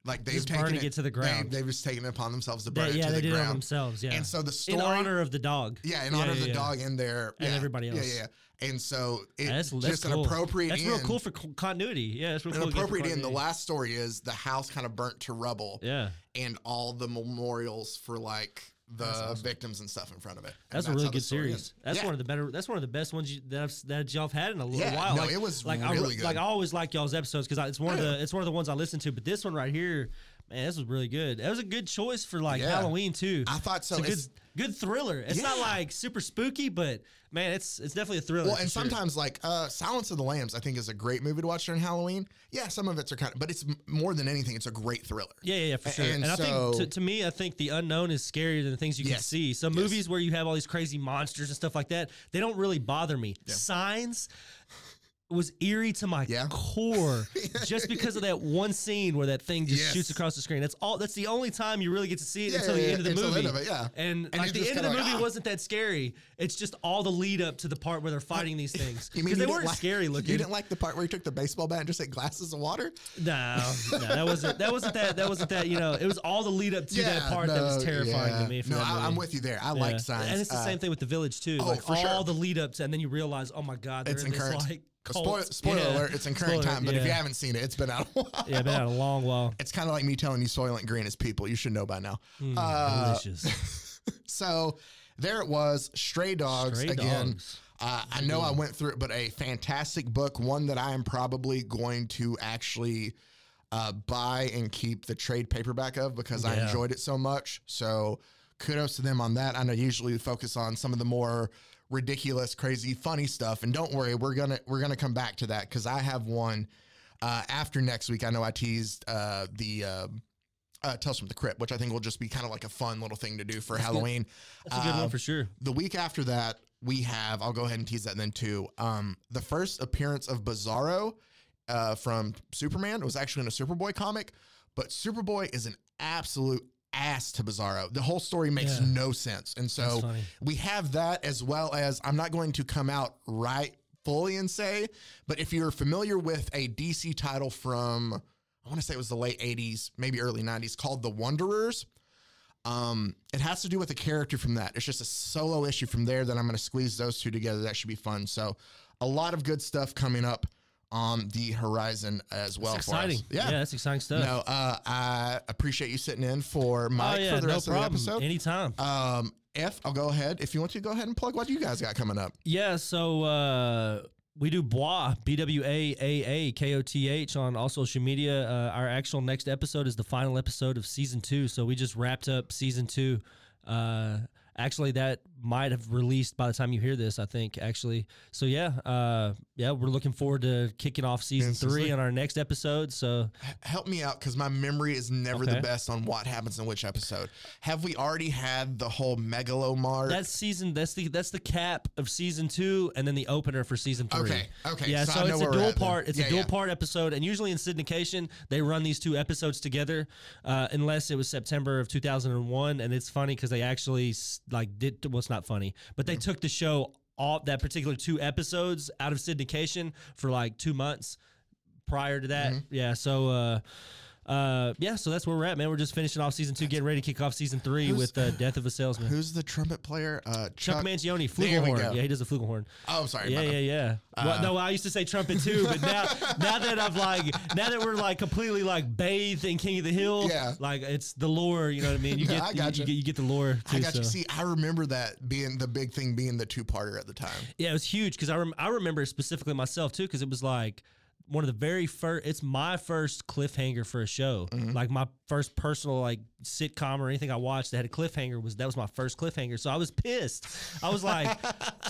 B: like they've
D: Just
B: taken
D: burning it to the ground.
B: They, have just taken it upon themselves to burn
D: They,
B: it
D: yeah,
B: to
D: they
B: the
D: did it on
B: ground.
D: themselves. Yeah.
B: And so the story,
D: in honor of the dog.
B: yeah, in honor of
D: yeah,
B: the
D: yeah.
B: dog and their
D: And
B: yeah,
D: everybody
B: yeah,
D: else.
B: yeah. yeah. And so it,
D: that's that's
B: just
D: cool.
B: an appropriate.
D: That's real
B: end.
D: cool for co- continuity. Yeah, that's real
B: an
D: cool. again for
B: appropriate end. The
D: continuity.
B: last story is the house kind of burnt to rubble,
D: Yeah.
B: and all the memorials for like the victims and stuff in front of it. And
D: That's, a
B: how
D: really
B: the
D: good
B: story
D: series.
B: ends.
D: That's
B: Yeah.
D: one of the better. That's one of the best ones you, that I've, that y'all've had in a little
B: Yeah,
D: while.
B: no,
D: like,
B: it was
D: like I,
B: really
D: re-
B: good.
D: Like I always like y'all's episodes because it's one of the it's one of the ones I listen to. But this one right here, man, this was really good. That was a good choice for like
B: Yeah.
D: Halloween too.
B: I thought so.
D: It's a
B: It's-
D: good, good thriller. It's not
B: Yeah.
D: like super spooky, but man, it's it's definitely a thriller.
B: Well,
D: for
B: and
D: sure.
B: sometimes like uh, Silence of the Lambs, I think is a great movie to watch during Halloween. Yeah, some of it's are kind of, but it's m- more than anything, it's a great thriller.
D: Yeah, yeah, yeah, for
B: A-
D: sure.
B: and
D: And, I think
B: so-
D: to, to me, I think the unknown is scarier than the things you can
B: Yes.
D: see. So
B: Yes.
D: movies where you have all these crazy monsters and stuff like that, they don't really bother me. Signs was eerie to my
B: Yeah.
D: core
B: *laughs*
D: just because of that one scene where that thing just
B: Yes.
D: shoots across the screen. That's all. That's the only time you really get to see it
B: Yeah,
D: until
B: yeah,
D: the
B: yeah,
D: end of the
B: until the
D: movie.
B: end of it, yeah.
D: And,
B: And
D: like
B: you're
D: the
B: just
D: end of the
B: kinda like,
D: movie
B: "Ah."
D: wasn't that scary. It's just all the lead up to the part where they're fighting these things
B: *laughs* You mean
D: because
B: you
D: they
B: didn't
D: weren't
B: like-
D: scary looking.
B: You didn't like the part where he took the baseball bat and just said glasses of water?
D: No, no, that wasn't that wasn't that that wasn't that. You know, it was all the lead up to that part that was
B: no,
D: terrifying
B: yeah.
D: to me. For
B: no,
D: that
B: I, I'm
D: movie.
B: with you there. I
D: Yeah.
B: like signs.
D: and it's the
B: Uh,
D: same thing with the village too.
B: oh,
D: like
B: for
D: all
B: sure.
D: the lead up to, and then you realize, oh my god, they're
B: It's
D: in
B: incurrent.
D: This, like,
B: Spoil,
D: cult.
B: spoiler
D: Yeah.
B: alert! It's in current
D: Spoiler,
B: time, but if you
D: yeah.
B: haven't seen it, it's been out a *laughs* while.
D: yeah, been out a long while.
B: It's kind of like me telling you Soylent Green is people. You should know by now.
D: Hmm.
B: Uh, *laughs*
D: Delicious.
B: so there it was, Stray Dogs
D: Stray
B: again.
D: Dogs.
B: Uh, I know I went through it, but a fantastic book, one that I am probably going to actually uh, buy and keep the trade paperback of because I
D: Yeah.
B: enjoyed it so much. So kudos to them on that. I know usually we focus on some of the more ridiculous, crazy, funny stuff, and don't worry, we're gonna we're gonna come back to that because I have one uh, after next week. I know I teased uh, the. Uh, uh, Tales from the Crypt, which I think will just be kind of like a fun little thing to do for Halloween.
D: That's a good
B: Uh,
D: one for sure.
B: the week after that, we have, I'll go ahead and tease that then too. Um, the first appearance of Bizarro uh, from Superman was actually in a Superboy comic, but Superboy is an absolute ass to Bizarro. The whole story makes
D: Yeah.
B: no sense. And
D: That's
B: so
D: funny.
B: we have that as well as I'm not going to come out right fully and say, but if you're familiar with a DC title from, I want to say it was the late 80s, maybe early 90s, called The Wanderers. Um, it has to do with a character from that. It's just a solo issue from there that I'm going to squeeze those two together. That should be fun. So, a lot of good stuff coming up on the horizon as well.
D: It's exciting.
B: For us.
D: Yeah.
B: Yeah.
D: that's exciting stuff.
B: No, uh, I appreciate you sitting in for
D: oh
B: Mike
D: yeah,
B: for the
D: no
B: rest
D: problem.
B: of the episode.
D: Anytime.
B: um, F, I'll go ahead. If you want to, go ahead and plug what you guys got coming up.
D: Yeah, so uh, we do Bois, B W A A A K O T H, on all social media. Uh, our actual next episode is the final episode of season two. So we just wrapped up season two. Uh, actually, that might have released by the time you hear this, I think, actually. So yeah, uh, yeah, we're looking forward to kicking off season
B: Season
D: three
B: three.
D: on our next episode. So
B: Help me out because my memory is never
D: Okay.
B: the best on what happens in which episode. Have we already had the whole Megalomar?
D: that's season. That's the that's the cap of season two, and then the opener for season three.
B: Okay, okay,
D: Yeah,
B: so I
D: so,
B: know
D: it's
B: where
D: a
B: we're
D: dual
B: at then.
D: part. It's
B: Yeah,
D: a dual
B: yeah.
D: part episode, and usually in syndication they run these two episodes together, uh, unless it was September of two thousand and one. And it's funny because they actually s- like did. Well, it's not funny, but they
B: Mm-hmm.
D: took the show all that particular two episodes out of syndication for like two months prior to that.
B: Mm-hmm.
D: Yeah, so. uh uh yeah, so that's where we're at, man. We're just finishing off season two, getting ready to kick off season three
B: Who's-
D: with uh, Death of a Salesman.
B: Who's the trumpet player? Uh,
D: Chuck
B: Chuck,
D: Mangione,
B: There we
D: flugelhorn.
B: go.
D: Yeah, he does a flugelhorn.
B: Oh, I'm sorry.
D: Yeah,
B: my bad. Uh,
D: yeah, yeah. well, no, I used to say trumpet too,
B: *laughs*
D: but now, now that I've like, now that we're like completely like bathed in King of the Hill,
B: Yeah.
D: like it's the lore. You know what I mean? You
B: *laughs* No,
D: get,
B: I
D: you-
B: gotcha.
D: you, get, you get the lore. Too,
B: I got you.
D: so.
B: See, I remember that being the big thing being the two parter at the time.
D: Yeah, it was huge because I rem- I remember it specifically myself too because it was like one of the very first. It's my first cliffhanger for a show,
B: Mm-hmm.
D: like my first personal like sitcom or anything I watched that had a cliffhanger was that was my first cliffhanger. So I was pissed. I
B: *laughs*
D: was like,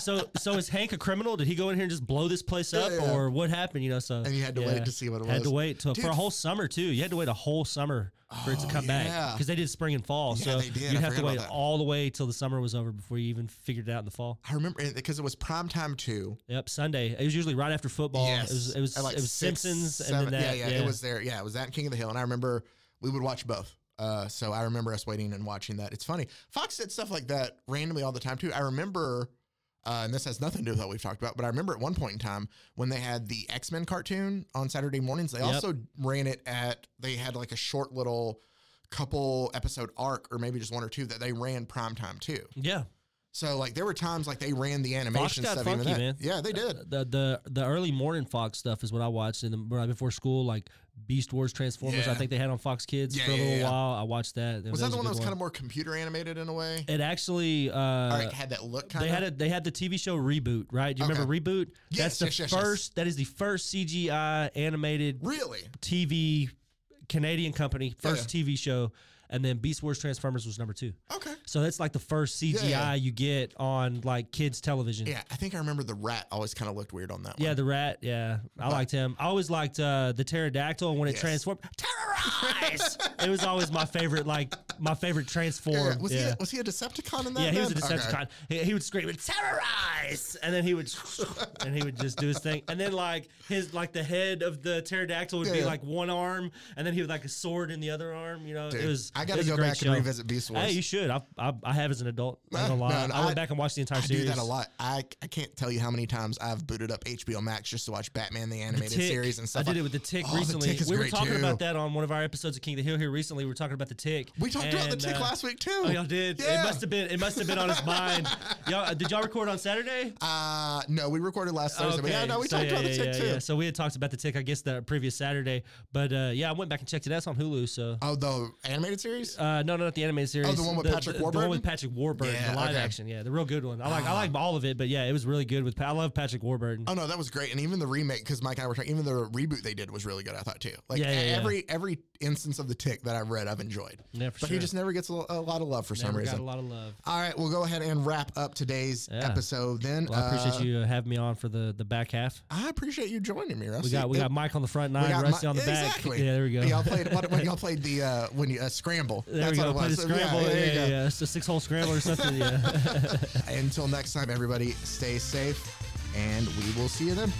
D: so so is Hank a criminal? Did he go in here and just blow this place up
B: yeah.
D: or what happened? You know, so
B: And you had to wait to see what it
D: Had to
B: was.
D: wait till, for a
B: Dude. Oh,
D: whole summer too. You had to wait a whole summer for it to come back
B: yeah.
D: because they did spring and fall.
B: Yeah,
D: so
B: they did.
D: you'd
B: I
D: have to
B: forgot
D: wait
B: about that.
D: all the way till the summer was over before you even figured it out in the fall.
B: I remember because it was prime time two.
D: Yep, Sunday. It was usually right after football. It was it was
B: At,
D: it was
B: six,
D: Simpsons and
B: seven-
D: then that.
B: yeah, yeah, it was there. Yeah, it was that and King of the Hill, and I remember we would watch both. Uh, so I remember us waiting and watching that. It's funny. Fox did stuff like that randomly all the time too. I remember, uh, and this has nothing to do with what we've talked about, but I remember at one point in time when they had the X Men cartoon on Saturday mornings. They
D: Yep.
B: also ran it at. They had like a short little couple episode arc, or maybe just one or two that they ran primetime too.
D: Yeah.
B: So like there were times like they ran the
D: Fox
B: animation
D: got
B: stuff.
D: funky,
B: even that.
D: man.
B: Yeah, they did.
D: The the the early morning Fox stuff is what I watched in the right before school, like Beast Wars, Transformers. I
B: Yeah.
D: think they had on Fox Kids
B: Yeah,
D: for a
B: yeah,
D: little
B: yeah.
D: while. I watched that.
B: Was that the one that was kind of more computer animated in a way?
D: It actually. Uh,
B: or it had that look kind
D: they
B: of.
D: had a, they had the TV show reboot, right? Do you remember reboot?
B: Yes,
D: That's the
B: yes, yes, yes.
D: first. That is the first CGI animated
B: really?
D: TV Canadian company,
B: Yeah,
D: first TV show, and then Beast Wars Transformers was number two.
B: Okay.
D: So that's like the first CGI
B: yeah.
D: you get on like kids television.
B: Yeah, I think I remember the rat always kind of looked weird on that
D: Yeah,
B: one.
D: the rat. Yeah, I liked him. I always liked uh, the pterodactyl when it
B: Yes.
D: transformed. Terrorize! it was always my favorite, like my favorite transform.
B: Yeah,
D: Yeah,
B: was
D: yeah.
B: he
D: He
B: a, was he a Decepticon in that?
D: was a
B: then? Okay.
D: Decepticon. He, he would scream "terrorize," and then he would, *laughs* and he would just do his thing. And then like his like the head of the pterodactyl would be
B: Yeah.
D: like one arm, and then he would like a sword in the other arm. You know,
B: Dude,
D: it was.
B: I
D: it
B: got to
D: was a
B: go
D: great
B: back
D: show.
B: and revisit Beast Wars.
D: Hey, you should. I, I, I have as an adult.
B: *laughs* No,
D: I'm gonna lie.
B: no,
D: I went
B: I-
D: back and watched the entire
B: I
D: series.
B: do that a lot. I, I can't tell you how many times I've booted up HBO Max just to watch Batman the
D: The
B: animated
D: Tick.
B: series and stuff.
D: I did
B: like-
D: it with the tick
B: Oh, The
D: recently.
B: Tick is
D: we were
B: great,
D: talking
B: too.
D: about that on one of our episodes of King of the Hill here recently. We were talking about the tick.
B: We talked about the
D: and,
B: tick
D: uh,
B: last week too.
D: Oh, y'all did.
B: Yeah.
D: It must have been. It must have been on his
B: *laughs*
D: mind. Y'all, uh, did y'all record on Saturday?
B: Uh, no, we recorded last Thursday. But yeah, no, we
D: Oh, So,
B: talked
D: yeah,
B: about the
D: yeah,
B: tick
D: yeah,
B: too.
D: yeah. So we had talked about the tick, I guess, the previous Saturday. But uh, yeah, I went back and checked it. That's on Hulu. So
B: Oh, the animated series.
D: uh, no, no, not the animated series.
B: Oh, the one with Patrick
D: The one
B: Warburton?
D: with Patrick Warburton,
B: Yeah,
D: the live
B: okay. Ah.
D: action. Yeah, the real good one. I like. I like all of it, but yeah, it was really good. With Pa- I love Patrick Warburton.
B: Oh no, that was great, and even the remake because Mike and I were talking. Even the reboot they did was really good. I thought too. Like
D: Yeah, yeah, yeah.
B: every every instance of the Tick that I've read, I've enjoyed.
D: Yeah, for
B: but
D: sure.
B: he just never gets a, lo- a lot of love for some
D: Never got a
B: reason. Uh,
D: lot of love.
B: All right, we'll go ahead and wrap up today's
D: Yeah.
B: episode. Then
D: Well, I appreciate
B: Uh,
D: you uh, having me on for the the back half.
B: I appreciate you joining me, Rusty.
D: We got we
B: It-
D: got Mike on the front nine,
B: got
D: Rusty
B: my-
D: on the back.
B: Exactly.
D: Yeah, there we go.
B: Y'all
D: *laughs*
B: played what, when y'all played the uh, when you uh, scramble.
D: there we
B: That's
D: go.
B: what
D: Play
B: it
D: the
B: was.
D: scramble. Yeah, yeah, yeah. It's a six hole scramble or something.
B: *laughs*
D: Yeah.
B: Until next time, everybody, stay safe, and we will see you then.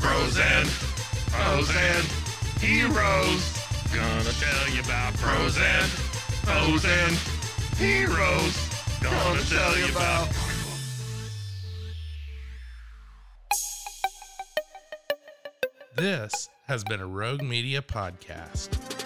A: Bros and O's and heroes. Gonna tell you about bros and O's and heroes. Gonna tell you about.
E: This has been a Rogue Media podcast.